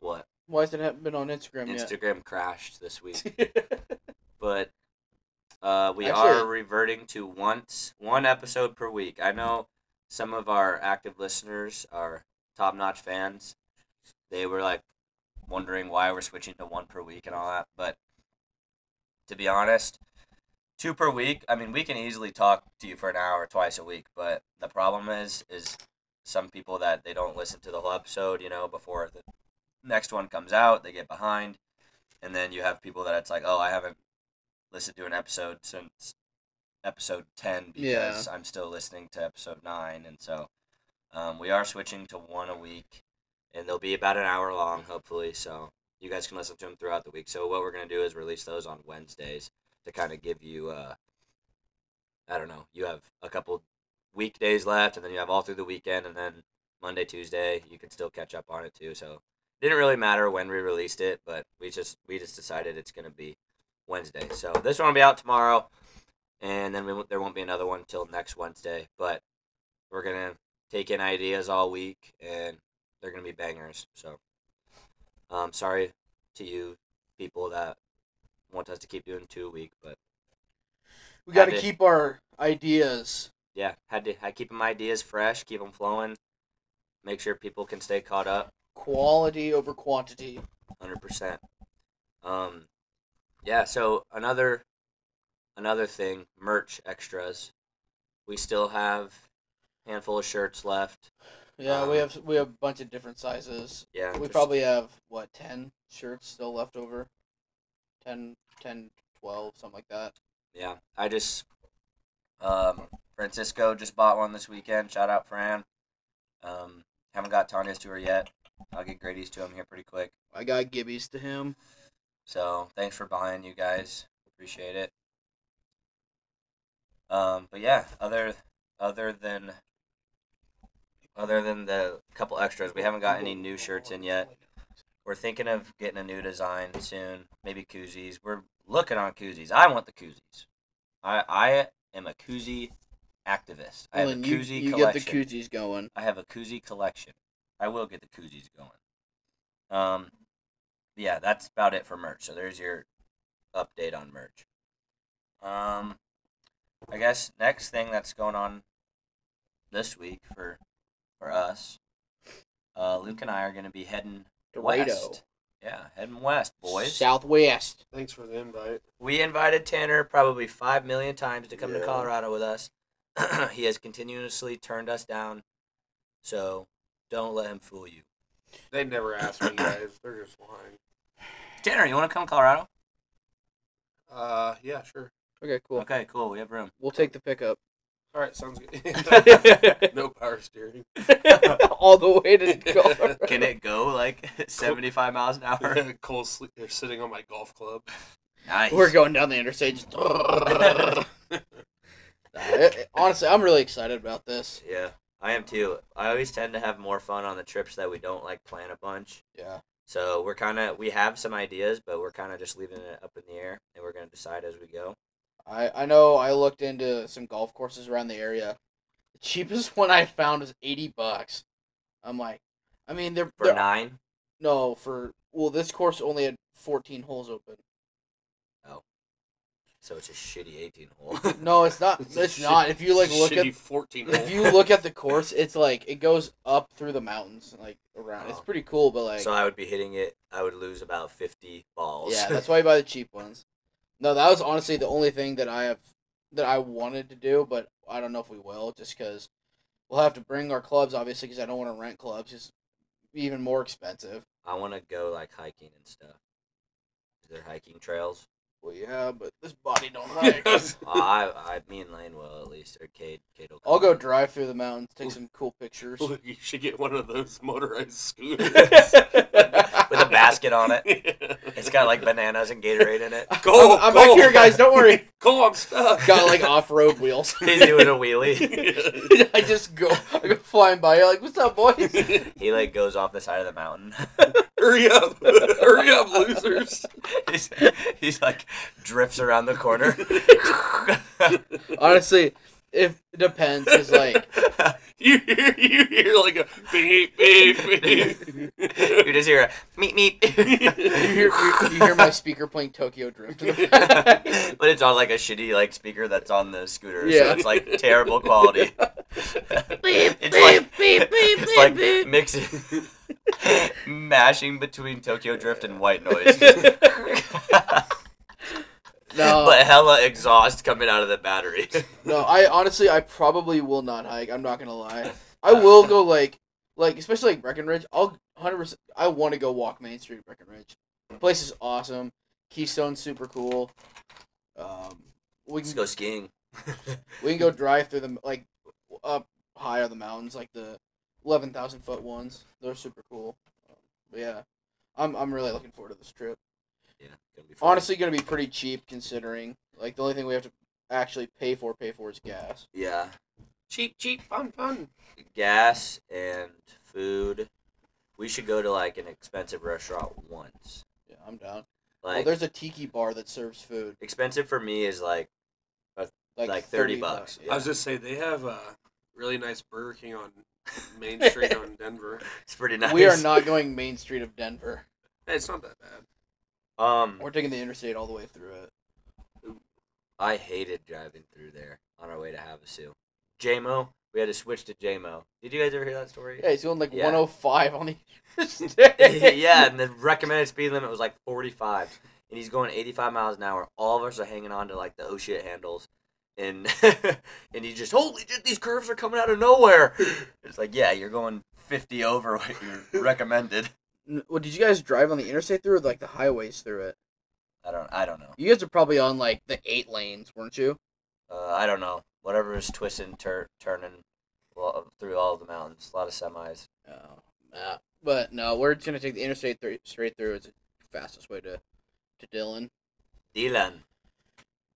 Speaker 3: what?
Speaker 4: Why hasn't it been on Instagram yet?
Speaker 3: Instagram crashed this week. But uh, we
Speaker 4: Actually-
Speaker 3: are reverting to once one episode per week. I know some of our active listeners are top-notch fans. They were like wondering why we're switching to one per week and all that, but to be honest, two per week. I mean, we can easily talk to you for an hour twice a week, but the problem is, is some people that they don't listen to the whole episode, you know, before the next one comes out, they get behind, and then you have people that it's like, oh, I haven't listened to an episode since episode ten because I'm still listening to episode nine, and so um, we are switching to one a week, and they'll be about an hour long, hopefully. So you guys can listen to them throughout the week. So what we're gonna do is release those on Wednesdays to kind of give you, uh, I don't know, you have a couple weekdays left, and then you have all through the weekend, and then Monday, Tuesday, you can still catch up on it too. So it didn't really matter when we released it, but we just we just decided it's gonna be Wednesday. So this one will be out tomorrow, and then we, won't- there won't be another one until next Wednesday. But we're gonna take in ideas all week, and they're gonna be bangers. So um, sorry to you people that want us to keep doing two a week, but
Speaker 4: We got to
Speaker 3: I did.
Speaker 4: keep our ideas.
Speaker 3: yeah, had to I keep them ideas fresh, keep them flowing, make sure people can stay caught up.
Speaker 4: Quality over quantity.
Speaker 3: hundred percent. Um, yeah. So another, another thing, merch extras. We still have handful of shirts left.
Speaker 4: Yeah,
Speaker 3: Um,
Speaker 4: we have we have a bunch of different sizes.
Speaker 3: Yeah,
Speaker 4: We
Speaker 3: just-
Speaker 4: probably have what 10 shirts still left over. 10 10 12 something like that.
Speaker 3: Yeah, I just, um, Francisco just bought one this weekend. Shout out Fran. Um, haven't got Tanya's to her yet. I'll get Grady's to him here pretty quick.
Speaker 4: I got Gibbies to him.
Speaker 3: So thanks for buying, you guys. Appreciate it. Um, but yeah, other other than other than the couple extras, we haven't got any new shirts in yet. We're thinking of getting a new design soon. Maybe koozies. We're looking on koozies. I want the koozies. I I am a koozie activist. I have a
Speaker 4: Lynn, you,
Speaker 3: koozie
Speaker 4: you get the
Speaker 3: collection.
Speaker 4: koozies going.
Speaker 3: I have a koozie collection. I will get the koozies going. Um, yeah, that's about it for merch. So there's your update on merch. Um, I guess next thing that's going on this week for for us, uh, Luke and I are going to be heading
Speaker 4: Dorado.
Speaker 3: west. Yeah, heading west, boys.
Speaker 4: Southwest.
Speaker 1: Thanks for the invite.
Speaker 3: We invited Tanner probably five million times to come to
Speaker 1: Yeah.
Speaker 3: Colorado with us. he has continuously turned us down, so don't let him fool you.
Speaker 1: They never asked me, guys. They're just lying.
Speaker 3: Tanner, you want to come to Colorado?
Speaker 1: Uh, yeah, sure.
Speaker 4: Okay, cool.
Speaker 3: Okay, cool. We have room.
Speaker 4: We'll take the pickup.
Speaker 1: All right, sounds good.
Speaker 4: All
Speaker 1: no power steering.
Speaker 4: the way to Colorado.
Speaker 3: Can it go like 75 miles an hour?
Speaker 1: Cole's sleep. They're sitting on my golf club.
Speaker 3: Nice.
Speaker 4: We're going down the interstate. Just... It- it- honestly, I'm really excited about this.
Speaker 3: Yeah, I am too. I always tend to have more fun on the trips that we don't like plan a bunch.
Speaker 4: Yeah.
Speaker 3: So we're kind of we have some ideas, but we're kind of just leaving it up in the air, and we're gonna decide as we go.
Speaker 4: I, I know I looked into some golf courses around the area. The cheapest one I found was 80 bucks. I'm like, I mean, they're,
Speaker 3: For
Speaker 4: they're-
Speaker 3: nine,
Speaker 4: no, for, well, this course only had 14 holes open.
Speaker 3: so it's a shitty eighteen hole.
Speaker 4: No, it's not.
Speaker 1: It's a
Speaker 4: It's
Speaker 1: shit-
Speaker 4: not. If you like look at
Speaker 1: Shitty fourteen.
Speaker 4: if
Speaker 1: hole.
Speaker 4: you look at the course, it's like it goes up through the mountains, like around. It's
Speaker 3: Oh.
Speaker 4: pretty cool, but like,
Speaker 3: so I would be hitting it. I would lose about fifty balls.
Speaker 4: yeah, that's why you buy the cheap ones. No, that was honestly the only thing that I have that I wanted to do, but I don't know if we will, just because we'll have to bring our clubs, obviously, because I don't want to rent clubs. It's even more expensive.
Speaker 3: I want to go like hiking and stuff. Is there hiking trails?
Speaker 4: Well, yeah, but this body don't like.
Speaker 1: Yes.
Speaker 3: Uh, I, I, me and Lane will at least, or Cade, Cade will. come
Speaker 4: I'll go
Speaker 3: with.
Speaker 4: drive through the mountains, take some cool pictures.
Speaker 1: You should get one of those motorized scooters.
Speaker 3: with a basket on it. It's
Speaker 1: It's
Speaker 3: got like bananas and Gatorade in it.
Speaker 1: Go,
Speaker 4: I'm, I'm
Speaker 1: go.
Speaker 4: back here, guys. Don't worry.
Speaker 1: Go, I'm stuck.
Speaker 4: Got like off-road wheels.
Speaker 3: He's doing a wheelie.
Speaker 4: I just go, I go flying by. You're like, what's up, boys?
Speaker 3: He like goes off the side of the mountain.
Speaker 1: Hurry up. Hurry up, losers.
Speaker 3: he's, he's like drifts around the corner.
Speaker 4: Honestly, if it depends, is like
Speaker 1: You hear, you hear like a beep, beep, beep.
Speaker 3: you just hear a meep
Speaker 4: you
Speaker 3: meep.
Speaker 4: hear, you, you hear my speaker playing Tokyo Drift. in the back.
Speaker 3: but it's on like a shitty like speaker that's on the scooter, so
Speaker 4: Yeah.
Speaker 3: it's like terrible quality. it's like, it's like mixing, mashing between Tokyo Drift and white noise.
Speaker 4: Uh, no,
Speaker 3: but hella exhaust coming out of the battery.
Speaker 4: no. I honestly, I probably will not hike. I'm not gonna lie. I will go like, like especially like Breckenridge. I'll 100. percent I want to go walk Main Street at Breckenridge. The place is awesome. Keystone's super cool. Um, we
Speaker 3: Let's
Speaker 4: can
Speaker 3: go skiing.
Speaker 4: we can go drive through the like up high on the mountains, like the eleven thousand foot ones. They're super cool. But yeah, I'm I'm really looking forward to this trip.
Speaker 3: Yeah, gonna be fun.
Speaker 4: Honestly, gonna be pretty cheap considering like the only thing we have to actually pay for pay for is gas.
Speaker 3: Yeah,
Speaker 1: Cheap, cheap, fun, fun.
Speaker 3: gas and food. We should go to like an expensive restaurant once.
Speaker 4: Yeah, I'm down. well,
Speaker 3: Like
Speaker 4: there's a tiki bar that serves food.
Speaker 3: expensive for me is like
Speaker 4: Like,
Speaker 3: Like 30 bucks. Oh,
Speaker 4: Yeah.
Speaker 1: I was just saying, they have a really nice Burger King on Main Street on Denver.
Speaker 3: it's pretty nice.
Speaker 4: We are not going Main Street of Denver.
Speaker 1: Hey, it's not that bad.
Speaker 3: Um,
Speaker 4: We're taking the interstate all the way through it.
Speaker 3: I hated driving through there on our way to Havasu. JMO, we had to switch to JMO. Did you guys ever hear that story?
Speaker 4: Yeah, he's going like
Speaker 3: Yeah.
Speaker 4: 105 on the interstate.
Speaker 3: yeah, and the recommended speed limit was like 45, and he's going 85 miles an hour. All of us are hanging on to like the oh shit handles, and and he just holy shit, these curves are coming out of nowhere. It's like yeah, you're going 50 over what you recommended.
Speaker 4: N- Well, did you guys drive on the interstate through, or like the highways through it?
Speaker 3: I don't I don't know.
Speaker 4: You guys are probably on like the eight lanes, weren't you?
Speaker 3: Uh, I don't know. Whatever is twisting, tur- turning well, through all the mountains, a lot of semis.
Speaker 4: Oh, but no, we're just gonna take the interstate thr- straight through. It's the fastest way to to Dillon.
Speaker 3: Dylan,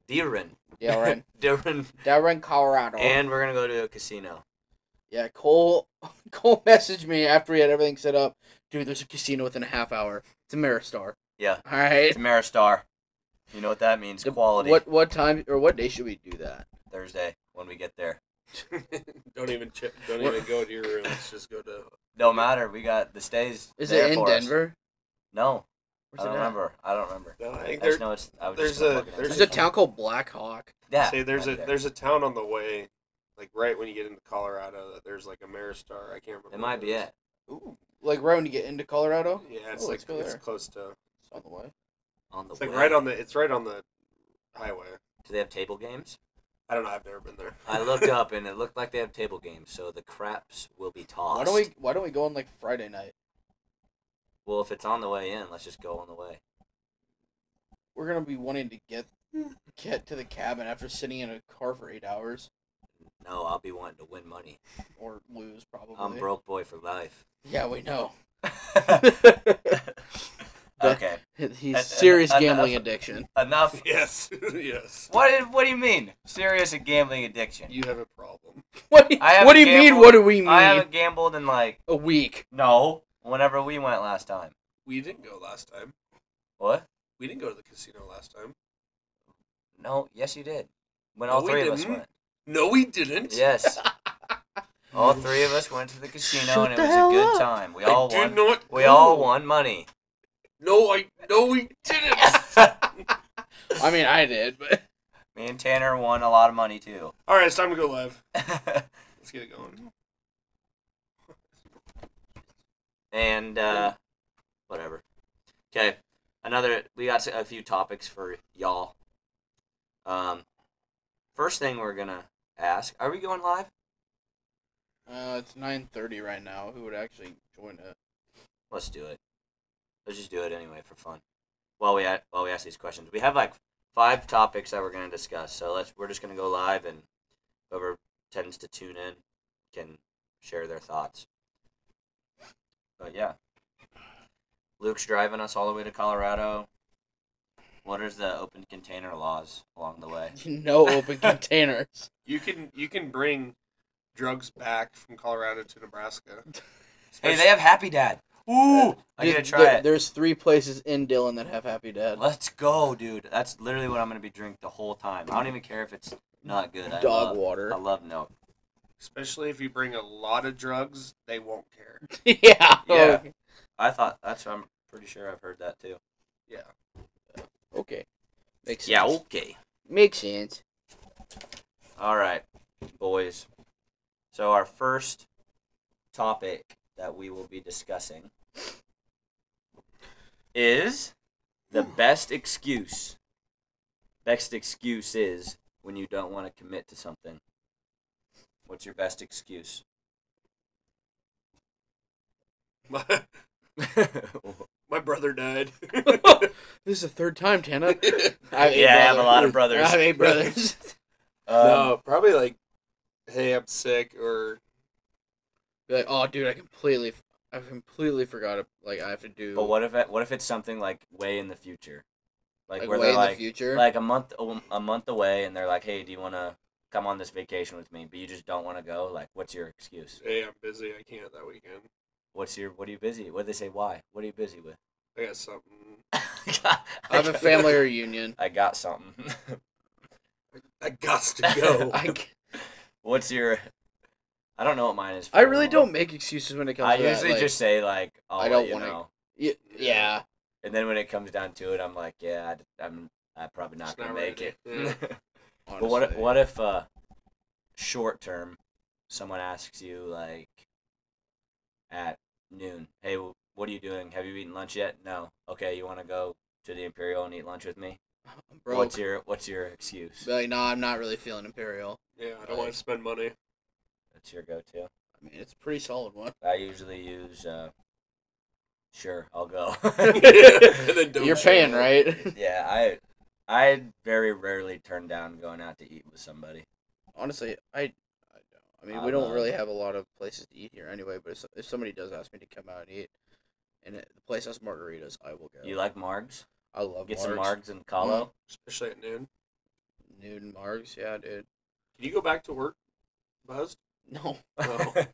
Speaker 3: Deeren,
Speaker 4: Yeah, we're in
Speaker 3: Deeren,
Speaker 4: yeah, we're in Colorado.
Speaker 3: and we're gonna go to a casino.
Speaker 4: yeah, Cole Cole messaged me after we had everything set up. Dude, there's a casino within a half hour. It's Ameristar.
Speaker 3: Yeah.
Speaker 4: All right.
Speaker 3: It's Maristar. You know what that means?
Speaker 4: The-
Speaker 3: Quality.
Speaker 4: What what time or what day should we do that?
Speaker 3: Thursday when we get there.
Speaker 1: don't even chip, don't
Speaker 4: What-
Speaker 1: even go to your room. Let's just go to.
Speaker 3: No matter. We got the stays.
Speaker 4: Is
Speaker 3: there
Speaker 4: it in
Speaker 3: for us.
Speaker 4: Denver?
Speaker 3: No,
Speaker 4: Where's
Speaker 3: I don't
Speaker 4: it at?
Speaker 3: remember. I don't remember.
Speaker 1: No, I
Speaker 3: I
Speaker 1: think there,
Speaker 3: just know it's. I was
Speaker 1: there's
Speaker 3: just gonna
Speaker 1: a-
Speaker 3: look it up.
Speaker 1: there's
Speaker 4: There's a town called Black Hawk.
Speaker 3: Yeah.
Speaker 1: say there's
Speaker 3: right
Speaker 1: a
Speaker 3: there.
Speaker 1: there's a town on the way, like right when you get into Colorado. That there's like a Maristar. I can't remember.
Speaker 3: It might
Speaker 1: what
Speaker 3: be
Speaker 1: is.
Speaker 3: it.
Speaker 4: Ooh, like right when you get into Colorado.
Speaker 1: Yeah, it's
Speaker 4: Oh,
Speaker 1: like
Speaker 4: let's go
Speaker 1: it's
Speaker 4: there.
Speaker 1: close to.
Speaker 4: It's on the way.
Speaker 3: On the
Speaker 1: It's like
Speaker 3: way.
Speaker 1: right on the. It's right on the highway.
Speaker 3: Do they have table games?
Speaker 1: I don't know. I've never been there.
Speaker 3: I looked up and it looked like they have table games. So the craps will be tossed.
Speaker 4: Why don't we Why don't we go on like Friday night?
Speaker 3: Well, if it's on the way in, let's just go on the way.
Speaker 4: We're gonna be wanting to get get to the cabin after sitting in a car for eight hours
Speaker 3: No, I'll be wanting to win money.
Speaker 4: or lose probably.
Speaker 3: I'm broke boy for life.
Speaker 4: Yeah, we know.
Speaker 3: okay.
Speaker 4: He's
Speaker 3: An-
Speaker 4: serious
Speaker 3: an-
Speaker 4: gambling
Speaker 3: enough.
Speaker 4: addiction.
Speaker 3: Enough.
Speaker 1: Yes, yes.
Speaker 3: What, did- what do you mean? Serious and gambling addiction.
Speaker 1: You have a problem.
Speaker 4: What do you,
Speaker 3: I haven't
Speaker 4: what do you mean?
Speaker 3: gambled-
Speaker 4: What do we mean?
Speaker 3: I haven't gambled in like,
Speaker 4: A week.
Speaker 3: no, whenever we went last time.
Speaker 1: We didn't go last time.
Speaker 3: What?
Speaker 1: We didn't go to the casino last time.
Speaker 3: No, yes, you did. When
Speaker 1: No,
Speaker 3: all
Speaker 1: we
Speaker 3: three of us
Speaker 1: didn't.
Speaker 3: went.
Speaker 1: No, we didn't.
Speaker 3: Yes. all three of us went to the casino
Speaker 4: Shut
Speaker 3: and it
Speaker 4: the
Speaker 3: was a
Speaker 4: hell
Speaker 3: good
Speaker 4: up.
Speaker 3: time. We
Speaker 1: I
Speaker 3: all
Speaker 1: did
Speaker 3: won.
Speaker 1: not.
Speaker 3: we
Speaker 1: go.
Speaker 3: all won money.
Speaker 1: No, I. No, we didn't.
Speaker 4: I mean, I did, but
Speaker 3: Me and Tanner won a lot of money too.
Speaker 1: all right, it's time to go live. Let's get it going.
Speaker 3: and uh, whatever. Okay, another. We got a few topics for y'all. Um, first thing we're gonna ask: Are we going live?
Speaker 4: uh, it's nine thirty right now. Who would actually join it?
Speaker 3: Let's do it. Let's just do it anyway for fun. While we a- while we ask these questions, we have like five topics that we're gonna discuss. So let's we're just gonna go live, and whoever tends to tune in can share their thoughts. But yeah, Luke's driving us all the way to Colorado. What is the open container laws along the way?
Speaker 4: No open containers.
Speaker 1: You can you can bring drugs back from Colorado to Nebraska.
Speaker 3: Hey, they have Happy Dad. Ooh, I
Speaker 4: Dude,
Speaker 3: gotta
Speaker 4: there-
Speaker 3: try it.
Speaker 4: There's three places in Dillon that have Happy Dad.
Speaker 3: Let's go, dude. That's literally what I'm gonna be drinking the whole time. I don't even care if it's not good. I love-
Speaker 4: Dog water.
Speaker 3: I love milk.
Speaker 1: Especially if you bring a lot of drugs, they won't care.
Speaker 4: yeah.
Speaker 3: Yeah. I thought that's. I'm pretty sure I've heard that too.
Speaker 1: Yeah.
Speaker 4: Okay. Makes sense.
Speaker 3: Yeah. Okay.
Speaker 4: Makes sense.
Speaker 3: All right, boys. So our first topic that we will be discussing is the best excuse. Best excuse is when you don't want to commit to something. What's your best excuse?
Speaker 1: My, my brother died.
Speaker 4: Um, This is the third time, Tana.
Speaker 1: no,
Speaker 4: I have eight
Speaker 3: Yeah, I have a
Speaker 4: brothers.
Speaker 3: lot of brothers.
Speaker 4: I have eight brothers.
Speaker 3: Um,
Speaker 1: probably like, hey, I'm sick, or
Speaker 4: Be like, oh, dude, I completely, I completely forgot. Like, I have to do.
Speaker 3: But what if it, what if it's something like way in the future, like,
Speaker 4: Like,
Speaker 3: where
Speaker 4: way
Speaker 3: they're
Speaker 4: in the
Speaker 3: like
Speaker 4: future.
Speaker 3: like a month a month away, and they're like, hey, do you want to come on this vacation with me? But you just don't want to go. Like, what's your excuse?
Speaker 1: hey, I'm busy, I can't that weekend.
Speaker 3: What's your what are you busy? What do they say? Why? What are you busy with?
Speaker 1: I got something.
Speaker 3: I,
Speaker 4: I have a
Speaker 3: got-
Speaker 4: family reunion.
Speaker 3: I got something.
Speaker 1: I got to go.
Speaker 3: Oh.
Speaker 4: I, c-
Speaker 3: what's your? I don't know what mine is. for
Speaker 4: I really
Speaker 3: everyone.
Speaker 4: don't make excuses when it comes
Speaker 3: I
Speaker 4: to that,
Speaker 3: usually
Speaker 4: like,
Speaker 3: just say like, I'll
Speaker 4: I
Speaker 3: I
Speaker 4: don't
Speaker 3: do not
Speaker 4: wanna-
Speaker 3: want to.
Speaker 4: y- yeah.
Speaker 3: And then when it comes down to it, I'm like, yeah, I, am I'm probably not
Speaker 1: It's
Speaker 3: gonna
Speaker 1: not
Speaker 3: make
Speaker 1: ready.
Speaker 3: it.
Speaker 1: Yeah.
Speaker 3: But what if,
Speaker 4: honestly.
Speaker 3: what if uh, short term, someone asks you like at noon, hey, w- what are you doing? Have you eaten lunch yet? No. Okay, you want to go to the Imperial and eat lunch with me?
Speaker 4: I'm broke.
Speaker 3: What's your What's your excuse?
Speaker 4: Be like, no, I'm not really feeling imperial.
Speaker 1: yeah, I don't want to spend money.
Speaker 3: That's your go to.
Speaker 4: I mean, it's a pretty solid one.
Speaker 3: I usually use. Uh, sure, I'll go.
Speaker 1: And then don't
Speaker 4: You're
Speaker 1: show
Speaker 4: paying,
Speaker 1: up.
Speaker 4: right?
Speaker 3: yeah, I I very rarely turn down going out to eat with somebody.
Speaker 4: honestly, I, I don't. I mean,
Speaker 3: I
Speaker 4: we don't
Speaker 3: love-
Speaker 4: really have a lot of places to eat here anyway. But if, so- if somebody does ask me to come out and eat, and it, the place has margaritas, I will go.
Speaker 3: You like margs?
Speaker 4: I love
Speaker 3: Get
Speaker 4: margs.
Speaker 3: some margs and Calo.
Speaker 1: Especially at noon.
Speaker 4: Nude margs, yeah, dude.
Speaker 1: Can you go back to work, Buzz?
Speaker 4: No,
Speaker 1: Oh.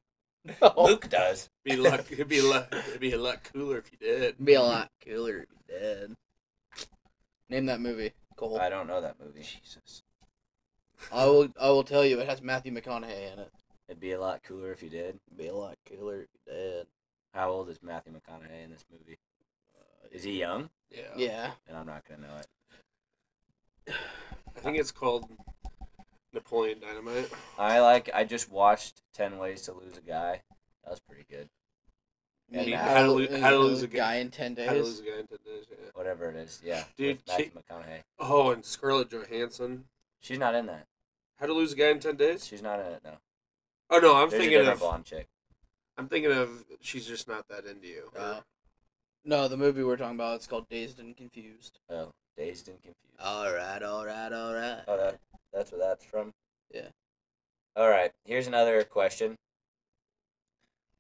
Speaker 4: no.
Speaker 3: Luke does.
Speaker 1: Be luck. It'd be luck. It'd be a lot cooler if you did.
Speaker 4: It'd be a lot cooler if you did. Name that movie. Cole.
Speaker 3: I don't know that movie.
Speaker 4: Jesus. I will. I will tell you. It has Matthew McConaughey in it.
Speaker 3: It'd be a lot cooler if you did.
Speaker 4: It'd be a lot cooler if you did.
Speaker 3: How old is Matthew McConaughey in this movie?
Speaker 4: Uh,
Speaker 3: Is he young?
Speaker 1: Yeah.
Speaker 4: Yeah.
Speaker 3: And I'm not gonna know it.
Speaker 1: I think it's called Napoleon Dynamite.
Speaker 3: I like. I just watched Ten Ways to Lose a Guy. That was pretty good.
Speaker 1: And
Speaker 4: Maybe
Speaker 1: how to lo- how to lose a guy-
Speaker 4: in ten days.
Speaker 1: How to lose a guy in ten days? Yeah.
Speaker 3: Whatever it is, yeah.
Speaker 1: Dude,
Speaker 3: with Matthew McConaughey.
Speaker 1: Oh, and Scarlett Johansson.
Speaker 3: She's not in that.
Speaker 1: How to lose a guy in ten days?
Speaker 3: She's not in it. No.
Speaker 1: Oh no, I'm
Speaker 3: There's a
Speaker 1: thinking
Speaker 3: different
Speaker 1: of.
Speaker 3: blonde chick.
Speaker 1: I'm thinking of. She's just not that into you. Or-
Speaker 3: Uh,
Speaker 4: Oh. No, the movie we're talking about it's called Dazed and Confused.
Speaker 3: Oh, Dazed and Confused.
Speaker 4: All right, all right, all right.
Speaker 1: Uh,
Speaker 3: Oh, that, that's where that's from.
Speaker 4: Yeah.
Speaker 3: All right. Here's another question.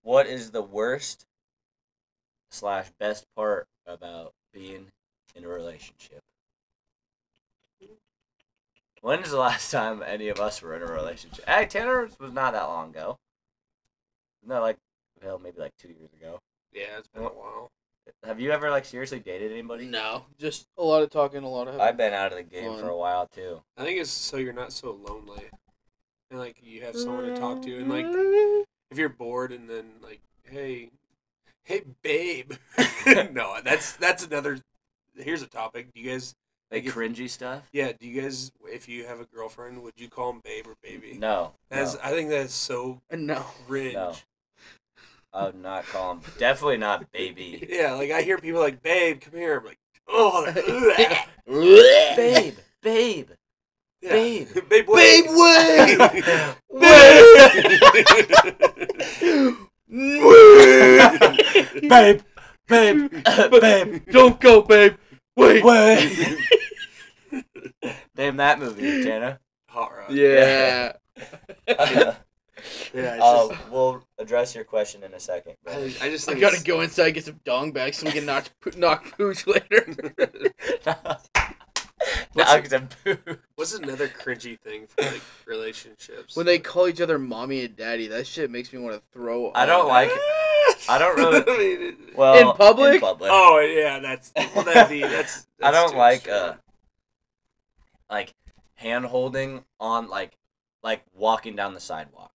Speaker 3: What is the worst slash best part about being in a relationship? When's the last time any of us were in a relationship? Hey, Tanner was not that long ago. No, like, well, maybe like two years ago.
Speaker 1: Yeah, it's
Speaker 3: uh.
Speaker 1: been a while.
Speaker 3: Have you ever like seriously dated anybody?
Speaker 4: No, just a lot of talking, a lot of.
Speaker 3: I've been out of the game
Speaker 4: Fun.
Speaker 3: for a while too.
Speaker 1: I think it's so you're not so lonely, and like you have someone to talk to, and like if you're bored, and then like, hey, hey, babe. no, that's that's another. Here's a topic. Do you guys?
Speaker 3: Like
Speaker 1: Like, if-
Speaker 3: cringy stuff?
Speaker 1: Yeah, do you guys? If you have a girlfriend, would you call them babe or baby?
Speaker 3: No.
Speaker 1: That's.
Speaker 3: no.
Speaker 1: I think that's so
Speaker 4: no.
Speaker 1: cringe.
Speaker 3: No. I would not call him. Definitely not baby.
Speaker 1: Yeah, like I hear people like, "Babe, come here." I'm like, "Oh, that-
Speaker 2: Babe, babe.
Speaker 1: yeah.
Speaker 2: Babe.
Speaker 1: babe,
Speaker 2: Babe,
Speaker 1: wait."
Speaker 2: wait. babe, babe, babe.
Speaker 4: Don't go, babe. Wait.
Speaker 2: Wait.
Speaker 3: Name that movie, Tana.
Speaker 1: Horror.
Speaker 4: Yeah.
Speaker 3: uh,
Speaker 1: yeah. It's
Speaker 3: Um,
Speaker 1: just,
Speaker 3: we'll address your question in a second.
Speaker 1: I,
Speaker 3: brother.
Speaker 1: I just
Speaker 4: I
Speaker 1: think
Speaker 4: gotta go inside get some dong back so we can knock knock pooch later.
Speaker 1: it's-
Speaker 3: Now it's a boo.
Speaker 1: What's another cringy thing for like relationships?
Speaker 4: When they call each other mommy and daddy, that shit makes me want to throw.
Speaker 3: I don't
Speaker 4: up.
Speaker 3: like. I don't really-
Speaker 1: mean, it-
Speaker 3: Well,
Speaker 4: In public?
Speaker 1: oh yeah, that's well, that'd be, that's,
Speaker 3: I
Speaker 1: that's
Speaker 3: don't
Speaker 1: too
Speaker 3: like
Speaker 1: extreme.
Speaker 3: uh, like hand holding on like like walking down the sidewalk.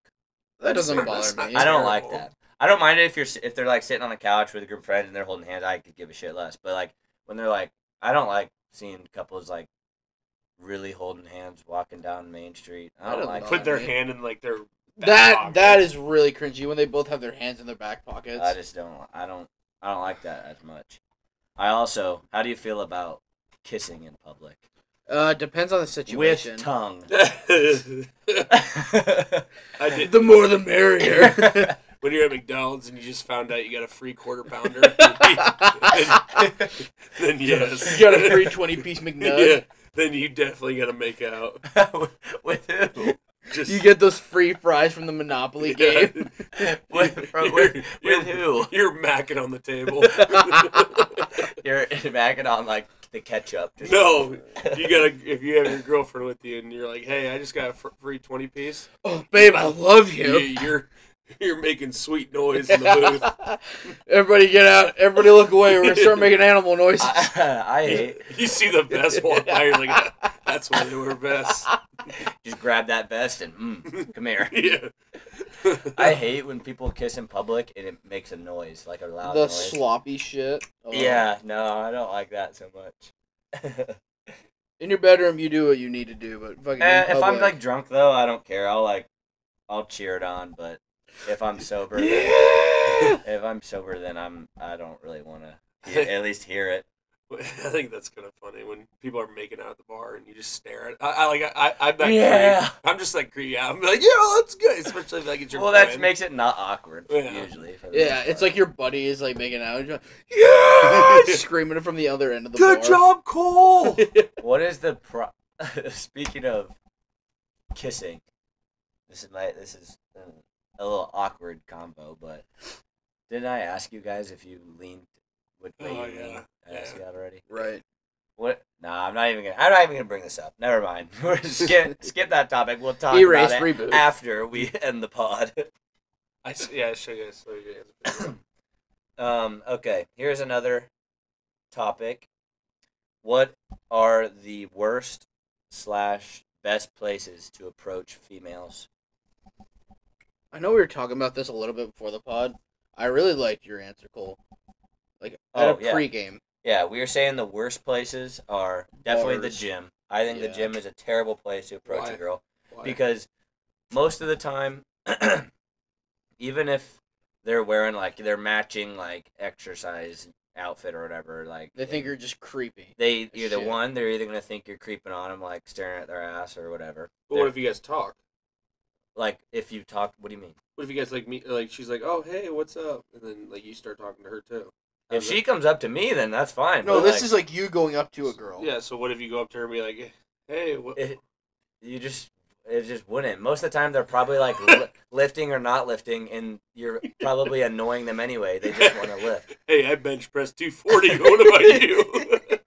Speaker 4: that. Doesn't
Speaker 1: That's
Speaker 4: bother
Speaker 1: not-
Speaker 4: me.
Speaker 3: I don't
Speaker 1: terrible.
Speaker 3: like that. I don't mind it if you're s- if they're like sitting on the couch with a group of friends and they're holding hands. I could give a shit less. But like when they're like, I don't like seeing couples like really holding hands walking down Main Street. I
Speaker 4: I
Speaker 3: don't,
Speaker 4: don't
Speaker 3: like
Speaker 1: put
Speaker 4: that,
Speaker 1: their
Speaker 4: man.
Speaker 1: hand in like their
Speaker 4: That
Speaker 1: back
Speaker 4: that
Speaker 1: pocket.
Speaker 4: is really cringy when they both have their hands in their back pockets.
Speaker 3: I just don't. I don't. I don't like that as much. I also. How do you feel about kissing in public
Speaker 4: Uh, depends on the situation.
Speaker 3: with tongue?
Speaker 1: I did,
Speaker 4: the more the merrier.
Speaker 1: when you're at McDonald's and you just found out you got a free quarter pounder, then yes,
Speaker 4: you got a free twenty piece McNug.
Speaker 1: yeah, then you definitely gotta make out.
Speaker 3: with who?
Speaker 1: Just
Speaker 4: You get those free fries from the Monopoly
Speaker 1: Yeah.
Speaker 4: game.
Speaker 3: With, from, with,
Speaker 1: You're-
Speaker 3: with
Speaker 1: you're-
Speaker 3: who?
Speaker 1: You're macking on the table.
Speaker 3: You're macking on like the ketchup. Just-
Speaker 1: no, you gotta. If you have your girlfriend with you and you're like, "Hey, I just got a fr- free twenty piece,"
Speaker 4: Oh, babe, I love
Speaker 1: you,
Speaker 4: you.
Speaker 1: you're you're making sweet noise in the booth.
Speaker 4: Everybody get out. Everybody look away. We're gonna start making animal noises.
Speaker 3: I, I hate.
Speaker 1: You see the vest walk by, you're like, "Ah, "That's why they wear vests."
Speaker 3: Just grab that vest and mm, come here.
Speaker 1: Yeah.
Speaker 3: I hate when people kiss in public and it makes a noise like a loud
Speaker 4: the
Speaker 3: noise.
Speaker 4: sloppy shit. Oh.
Speaker 3: Yeah, no, I don't like that so much.
Speaker 4: In your bedroom, you do what you need to do, but fucking. in
Speaker 3: Eh, if I'm
Speaker 4: public-
Speaker 3: like drunk though, I don't care. I'll like, I'll cheer it on. But if I'm sober, then, if I'm sober, then I'm I don't really want to at least hear it.
Speaker 1: I think that's kind of funny when people are making out at the bar and you just stare at. I, I like I, I I'm that creep.
Speaker 3: Yeah.
Speaker 1: I'm just like creep. Yeah, I'm like yeah, well, that's good. Especially if like it's your
Speaker 3: Well, that
Speaker 1: friend.
Speaker 3: makes it not awkward
Speaker 1: Yeah.
Speaker 3: usually. for the
Speaker 4: Yeah,
Speaker 3: most
Speaker 4: it's
Speaker 3: part.
Speaker 4: like your buddy is like making out, and you're like, yeah, screaming it from the other end of the
Speaker 1: good
Speaker 4: bar.
Speaker 1: job, Cole.
Speaker 3: What is the pro? Speaking of kissing, this is my this is uh, a little awkward combo, but didn't I ask you guys if you leaned? What way
Speaker 1: Oh,
Speaker 3: you
Speaker 1: yeah.
Speaker 3: leaned? I asked you that already.
Speaker 4: Right.
Speaker 3: What? Nah, I'm not even gonna. I'm not even gonna bring this up. Never mind. We're just skip skip that topic. We'll talk
Speaker 4: Erase,
Speaker 3: about it
Speaker 4: reboot.
Speaker 3: after we end the pod.
Speaker 1: I s- yeah, I show you guys. Show you guys.
Speaker 3: Um. Okay. Here's another topic. What are the worst slash best places to approach females?
Speaker 4: I know we were talking about this a little bit before the pod. I really liked your answer, Cole. Like at
Speaker 3: Oh,
Speaker 4: a
Speaker 3: yeah.
Speaker 4: pregame.
Speaker 3: Yeah, we were saying the worst places are definitely the
Speaker 4: Bars.
Speaker 3: gym. I think the
Speaker 4: Yeah.
Speaker 3: gym is a terrible place to approach
Speaker 1: Why?
Speaker 3: a girl.
Speaker 1: Why?
Speaker 3: because most of the time even if they're wearing like they're matching like exercise outfit or whatever like
Speaker 4: They think you're just creepy.
Speaker 3: they either
Speaker 4: shit.
Speaker 3: one they're either gonna think you're creeping on them like staring at their ass or whatever
Speaker 1: But what if you guys talk?
Speaker 3: like if you talk what do you mean
Speaker 1: What if you guys like meet? Like she's like, "Oh, hey, what's up?" And then like you start talking to her too.
Speaker 3: if
Speaker 1: How's
Speaker 3: she comes up to me then that's fine
Speaker 4: No,
Speaker 3: but,
Speaker 4: this
Speaker 3: like,
Speaker 4: is like you going up to a
Speaker 1: that-
Speaker 4: girl.
Speaker 1: Yeah. So what if you go up to her and be like, "Hey, what?"
Speaker 3: it, you just it just wouldn't most of the time they're probably like li- lifting or not lifting and you're probably annoying them anyway they just want to lift
Speaker 1: Hey, I bench press 240. what about you?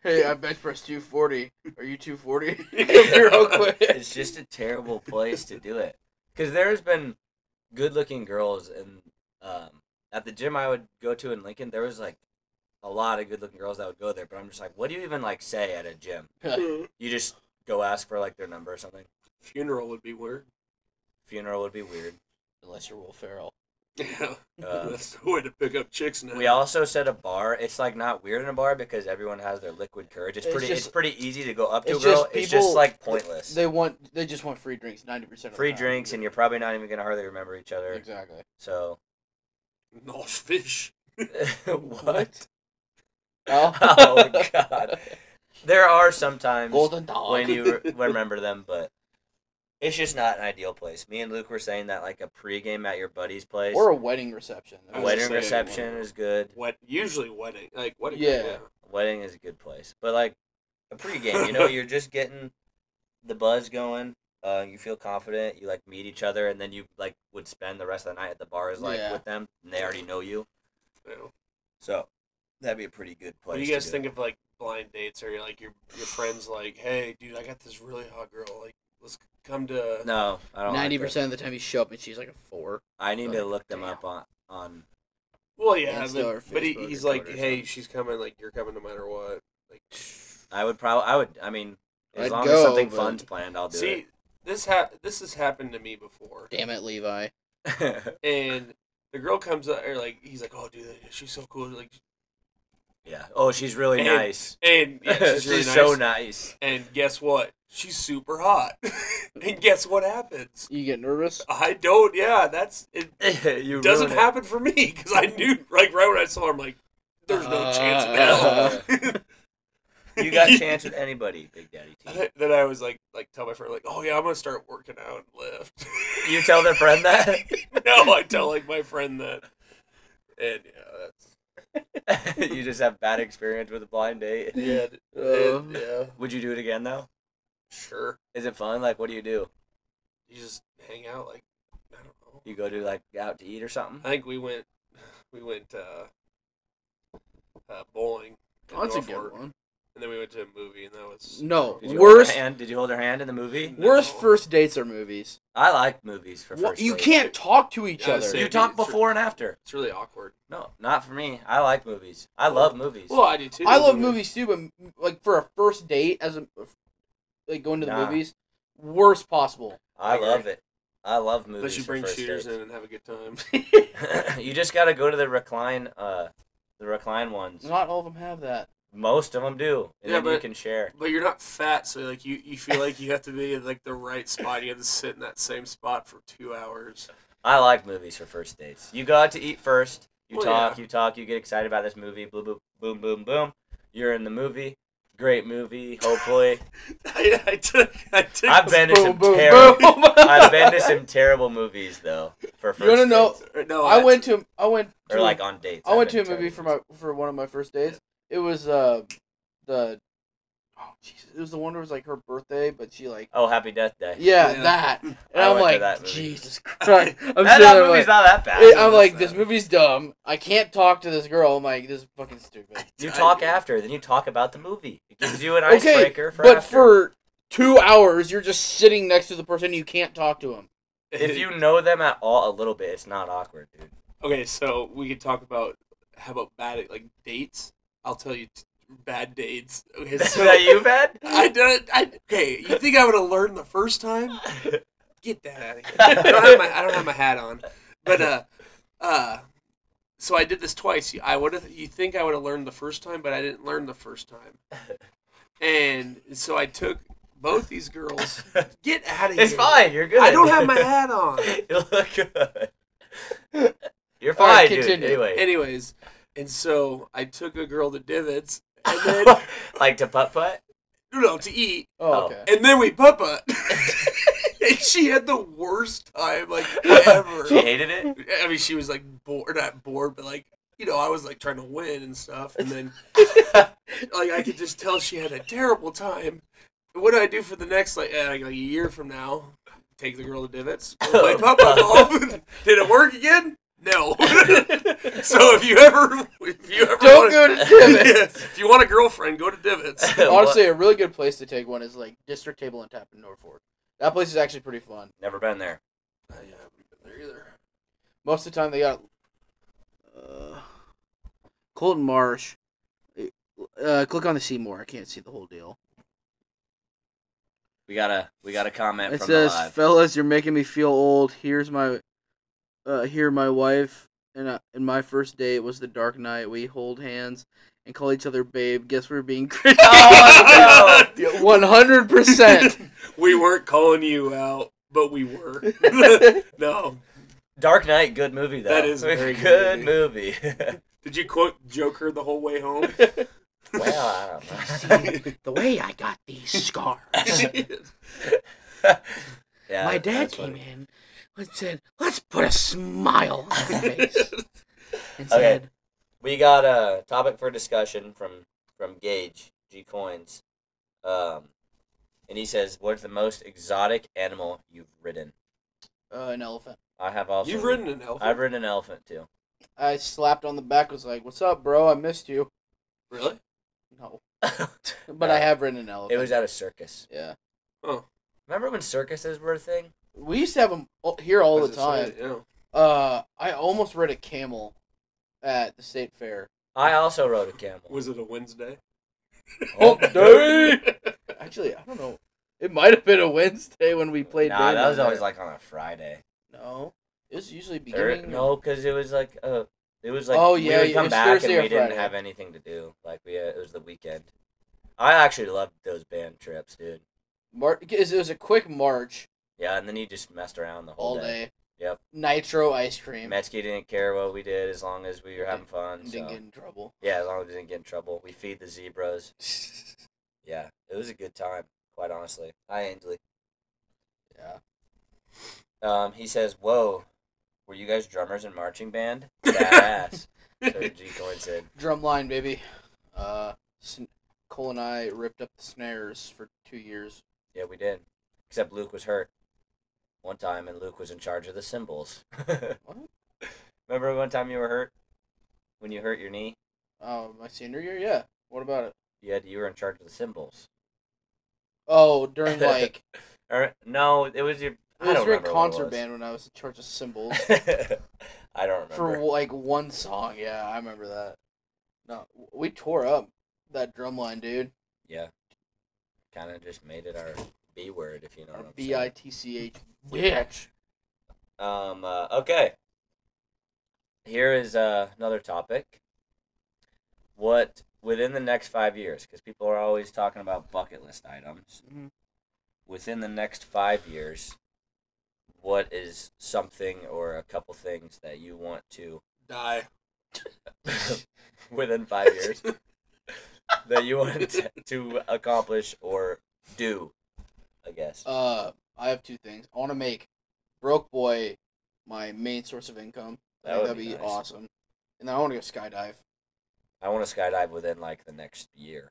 Speaker 4: Hey, I bench press 240. Are you 240? Real quick.
Speaker 3: it's just a terrible place to do it because there's been good looking girls and um, at the gym i would go to in lincoln there was like a lot of good looking girls that would go there but i'm just like what do you even like say at a gym you just go ask for like their number or something
Speaker 1: Funeral would be weird.
Speaker 3: funeral would be weird
Speaker 4: Unless you're Will Ferrell.
Speaker 1: Yeah,
Speaker 3: uh,
Speaker 1: that's the way to pick up chicks now.
Speaker 3: we also set a bar it's like not weird in a bar because everyone has their liquid courage it's
Speaker 4: It's
Speaker 3: pretty
Speaker 4: just-
Speaker 3: it's pretty easy to go up to a
Speaker 4: it's
Speaker 3: girl
Speaker 4: just
Speaker 3: it's just
Speaker 4: people-
Speaker 3: like pointless
Speaker 4: They want. They just want free drinks. Ninety percent.
Speaker 3: free drinks and you're probably not even gonna hardly remember each other
Speaker 4: Exactly.
Speaker 3: so
Speaker 1: Nosh fish.
Speaker 3: what
Speaker 4: Oh,
Speaker 3: oh god there are sometimes
Speaker 4: Golden dog.
Speaker 3: when you re- remember them but it's just not an ideal place me and luke were saying that like a pregame at your buddy's place
Speaker 4: or a wedding reception.
Speaker 1: I
Speaker 3: a
Speaker 1: was
Speaker 3: wedding
Speaker 1: saying,
Speaker 3: reception is good
Speaker 1: What usually wedding like wedding?
Speaker 4: Yeah.
Speaker 3: wedding is a good place but like a pregame you know you're just getting the buzz going uh, you feel confident you like meet each other and then you like would spend the rest of the night at the bars like
Speaker 4: Yeah.
Speaker 3: with them and they already know you
Speaker 1: yeah. So,
Speaker 3: so that'd be a pretty good place
Speaker 1: what do
Speaker 3: to
Speaker 1: you guys
Speaker 3: do it.
Speaker 1: think of like blind dates? Or like your your friends like, hey, dude, I got this really hot girl. Like, let's come to.
Speaker 3: no i don't like
Speaker 4: Ninety
Speaker 3: those.
Speaker 4: percent of the time you show up and she's like a four.
Speaker 3: I need to
Speaker 4: Like,
Speaker 3: look them
Speaker 4: damn.
Speaker 3: up on on.
Speaker 1: Well, yeah,
Speaker 4: Insta or
Speaker 1: but, but he,
Speaker 4: Facebook or
Speaker 1: he's like,
Speaker 4: Twitter or
Speaker 1: hey,
Speaker 4: something.
Speaker 1: she's coming. Like, you're coming no matter what. Like,
Speaker 3: I would probably. I would. I mean, as
Speaker 4: I'd
Speaker 3: long as
Speaker 4: go,
Speaker 3: something
Speaker 4: but-
Speaker 3: fun's planned, I'll do
Speaker 1: see, this ha- this has happened to me before,
Speaker 4: Damn it, Levi.
Speaker 3: it.
Speaker 1: and the girl comes up, or like, he's like, oh, dude, she's so cool. Like,
Speaker 3: yeah. Oh, she's really
Speaker 1: And-
Speaker 3: nice.
Speaker 1: and yeah, she's, really nice.
Speaker 3: so nice.
Speaker 1: And guess what? She's super hot. and guess what happens?
Speaker 4: You get nervous.
Speaker 1: I don't. Yeah, that's it.
Speaker 3: you
Speaker 1: Doesn't
Speaker 3: ruin
Speaker 1: happen for me because I knew like right when I saw her, I'm like, there's no chance in
Speaker 4: Uh,
Speaker 1: hell.
Speaker 3: it. You got a chance with anybody, Big Daddy T.
Speaker 1: Th- then I was like, like tell my friend, like, oh yeah, I'm gonna start working out and lift.
Speaker 3: You tell their friend that.
Speaker 1: no, I tell like my friend that, and yeah, that's
Speaker 3: you just have bad experience with a blind date.
Speaker 1: yeah,
Speaker 4: Uh.
Speaker 1: and, yeah,
Speaker 3: Would you do it again though?
Speaker 1: sure.
Speaker 3: Is it fun? Like, what do you do?
Speaker 1: You just hang out, like, I don't know.
Speaker 3: You go to like out to eat or something?
Speaker 1: I think we went, we went uh, uh bowling. in
Speaker 4: Oh, that's a
Speaker 1: Norfolk,
Speaker 4: good one.
Speaker 1: And then we went to a movie, and that was
Speaker 4: No,
Speaker 3: Did you hold
Speaker 4: worst
Speaker 3: Her hand? Did you hold her hand in the movie?
Speaker 4: worst
Speaker 1: No.
Speaker 4: first dates are movies.
Speaker 3: I like movies for
Speaker 4: Wha-
Speaker 3: first.
Speaker 4: you
Speaker 3: dates.
Speaker 4: can't talk to each
Speaker 1: Yeah,
Speaker 4: other.
Speaker 1: same.
Speaker 3: You talk before and after.
Speaker 1: It's really awkward.
Speaker 3: No, not for me. I like movies. I love movies.
Speaker 1: Well, I do too.
Speaker 4: I love movies too, but like for a first date, as a like going to the
Speaker 3: Nah.
Speaker 4: movies, worst possible.
Speaker 3: I
Speaker 1: I
Speaker 3: love it. I love movies.
Speaker 1: Unless you
Speaker 3: for
Speaker 1: bring
Speaker 3: first
Speaker 1: shooters
Speaker 3: dates.
Speaker 1: in and have a good time.
Speaker 3: you just gotta go to the recline, uh, the recline ones.
Speaker 4: Not all of them have that.
Speaker 3: Most of them do, and
Speaker 1: Yeah,
Speaker 3: then you
Speaker 1: but-
Speaker 3: can share.
Speaker 1: But you're not fat, so like you, you feel like you have to be in like the right spot. You have to sit in that same spot for two hours.
Speaker 3: I like movies for first dates. You go out to eat first. You
Speaker 1: Well,
Speaker 3: talk. You talk. You get excited about this movie. Boom, boom, boom, boom, boom. You're in the movie. Great movie. Hopefully,
Speaker 1: I, I took I took
Speaker 3: I've been to some terrible.
Speaker 4: boom.
Speaker 3: I've been to some terrible movies though. For first.
Speaker 4: You wanna know-
Speaker 3: dates.
Speaker 1: or no,
Speaker 4: I went to I went
Speaker 3: Or
Speaker 4: to,
Speaker 3: like on dates.
Speaker 4: I
Speaker 3: I've
Speaker 4: went to
Speaker 3: been
Speaker 4: a movie
Speaker 3: terrible
Speaker 4: for
Speaker 3: movies.
Speaker 4: my for one of my first dates. It was uh the oh Jesus, it was the one where it was like her birthday, but she like
Speaker 3: Oh, Happy Death Day.
Speaker 4: yeah,
Speaker 1: Yeah.
Speaker 4: that and
Speaker 3: I
Speaker 4: I'm
Speaker 3: went to
Speaker 4: like
Speaker 3: that movie.
Speaker 4: Jesus Christ. I'm
Speaker 3: That,
Speaker 4: sitting
Speaker 3: that
Speaker 4: there
Speaker 3: movie's
Speaker 4: like,
Speaker 3: not that bad.
Speaker 1: not-
Speaker 4: I'm like this
Speaker 1: Yeah.
Speaker 4: movie's dumb. I can't talk to this girl. I'm like this is fucking stupid.
Speaker 3: You
Speaker 1: I-
Speaker 3: talk after, then you talk about the movie. It gives you an
Speaker 4: Okay,
Speaker 3: icebreaker for
Speaker 4: but
Speaker 3: after.
Speaker 4: for two hours you're just sitting next to the person you can't talk to him.
Speaker 3: if you know them at all a little bit, it's not awkward, dude.
Speaker 1: okay, so we could talk about how about bad like dates. I'll tell you t- bad dates. Okay,
Speaker 3: Is
Speaker 1: so
Speaker 3: that you, Ben?
Speaker 1: I don't. I okay. You think I would have learned the first time? Get that out of here. I don't have my, I don't have my hat on, but uh, uh, so I did this twice. I would have. You think I would have learned the first time, but I didn't learn the first time. And so I took both these girls. Get out of here.
Speaker 3: it's fine. You're good.
Speaker 1: I don't have my hat on.
Speaker 3: you look good. You're
Speaker 4: All
Speaker 3: fine,
Speaker 4: right,
Speaker 3: dude.
Speaker 4: continue.
Speaker 3: Anyway,
Speaker 1: Anyways, and so I took a girl to Divots, and then
Speaker 3: like to putt putt.
Speaker 1: no, no, to eat,
Speaker 4: Oh,
Speaker 3: Oh.
Speaker 4: okay.
Speaker 1: and then we puppa. and she had the worst time like ever.
Speaker 3: She hated it.
Speaker 1: I mean, she was like bored, not bored, but like you know, I was like trying to win and stuff, and then like I could just tell she had a terrible time. What do I do for the next like eh, like, like a year from now? Take the girl to divots, go play papa
Speaker 4: Oh,
Speaker 1: golf. Did it work again? No. so if you ever if you If you wanna-
Speaker 4: Don't go to Divot.
Speaker 1: if you want a girlfriend, go to Divots.
Speaker 4: Honestly, a really good place to take one is like District Table and Tap in Norfolk. That place is actually pretty fun.
Speaker 3: never been there.
Speaker 1: I haven't been there either.
Speaker 4: Most of the time, they got uh, Colton Marsh. Uh, click on the Seymour. I can't see the whole deal.
Speaker 3: We got a we got a comment
Speaker 4: It
Speaker 3: from
Speaker 4: says,
Speaker 3: the live.
Speaker 4: "Fellas, you're making me feel old. Here's my, uh, here my wife and uh, and my first date was the dark night. We hold hands and call each other babe. Guess we're being creepy.
Speaker 3: Oh,
Speaker 4: One hundred percent.
Speaker 1: we weren't calling you out, but we were. no.
Speaker 3: Dark Knight, good movie though.
Speaker 1: That is a very
Speaker 3: good
Speaker 1: good
Speaker 3: movie.
Speaker 1: Did you quote Joker the whole way home?
Speaker 3: well, I don't know.
Speaker 2: The way I got these scars.
Speaker 3: yeah,
Speaker 2: My dad
Speaker 3: that's
Speaker 2: came
Speaker 3: funny.
Speaker 2: in and said, "Let's put a smile on your face," and
Speaker 3: Okay.
Speaker 2: said,
Speaker 3: We got a topic for discussion from from Gage G Coins, um, and he says, "What's the most exotic animal you've ridden?"
Speaker 4: uh, an elephant.
Speaker 3: I have also.
Speaker 1: You've ridden an elephant.
Speaker 3: I've ridden an elephant too.
Speaker 4: I slapped on the back. Was like, "What's up, bro? I missed you."
Speaker 1: Really?
Speaker 4: No,
Speaker 3: it
Speaker 4: but
Speaker 3: No.
Speaker 4: I have ridden an elephant.
Speaker 3: was at a circus.
Speaker 4: yeah.
Speaker 1: Oh.
Speaker 3: Remember when circuses were a thing?
Speaker 4: We used to have them here all the
Speaker 1: As I
Speaker 4: time.
Speaker 1: said, yeah.
Speaker 4: Uh, I almost rode a camel at the state fair.
Speaker 3: I also rode a camel.
Speaker 1: Was it a Wednesday? Oh,
Speaker 4: Hump day! Actually, I don't know. It might have been a Wednesday when we played.
Speaker 3: Nah,
Speaker 4: band
Speaker 3: that
Speaker 4: on
Speaker 3: was always
Speaker 4: there.
Speaker 3: like on a Friday.
Speaker 4: no. It was usually
Speaker 3: Or-
Speaker 4: beginning.
Speaker 3: no, because it was like uh, it was like
Speaker 4: Oh,
Speaker 3: we
Speaker 4: yeah,
Speaker 3: would
Speaker 4: it
Speaker 3: come
Speaker 4: was
Speaker 3: back
Speaker 4: Thursday
Speaker 3: and
Speaker 4: or
Speaker 3: we didn't
Speaker 4: Friday.
Speaker 3: have anything to do. Like we uh, it was the weekend. I actually loved those band trips, dude.
Speaker 4: Mar- 'cause it was a quick march
Speaker 3: Yeah, and then you just messed around the whole
Speaker 4: all day.
Speaker 3: Yep.
Speaker 4: Nitro ice cream.
Speaker 3: Metzke didn't care what we did as long as we were having fun.
Speaker 4: Didn't
Speaker 3: So.
Speaker 4: get in trouble.
Speaker 3: Yeah, as long as we didn't get in trouble. We feed the zebras. Yeah, it was a good time, quite honestly. Hi, Ainsley.
Speaker 4: Yeah.
Speaker 3: Um, he says, "Whoa, were you guys drummers in marching band? Badass." so G Coin said,
Speaker 4: Drumline, baby. Uh, sn- Cole and I ripped up the snares for two years.
Speaker 3: "Yeah, we did." Except Luke was hurt one time, and Luke was in charge of the cymbals. Remember one time you were hurt when you hurt your knee?
Speaker 4: Oh, my senior year, yeah. What about it?
Speaker 3: You had you were in charge of the cymbals.
Speaker 4: Oh, during like
Speaker 3: Or no, it was your.
Speaker 4: it
Speaker 3: I
Speaker 4: was
Speaker 3: don't
Speaker 4: during
Speaker 3: remember what it
Speaker 4: concert
Speaker 3: was.
Speaker 4: band when I was in charge of cymbals
Speaker 3: I don't remember.
Speaker 4: for like one song. Yeah, I remember that. No, we tore up that drum line, dude.
Speaker 3: yeah, kind of just made it our B word, if you know
Speaker 4: Our
Speaker 3: what I'm
Speaker 4: B
Speaker 3: saying.
Speaker 4: I T C H bitch.
Speaker 3: Um. Uh, okay. Here is uh, another topic. What within the next five years? Because people are always talking about bucket list items.
Speaker 4: Mhm.
Speaker 3: Within the next five years, what is something or a couple things that you want to
Speaker 1: Die.
Speaker 3: within five years that you want to, to accomplish or do? I guess.
Speaker 4: Uh, I have two things. I want to make broke boy my main source of income. I
Speaker 3: That
Speaker 4: think
Speaker 3: would
Speaker 4: that'd
Speaker 3: be
Speaker 4: be,
Speaker 3: nice.
Speaker 4: awesome. And then I want to go skydive.
Speaker 3: I want to skydive within like the next year.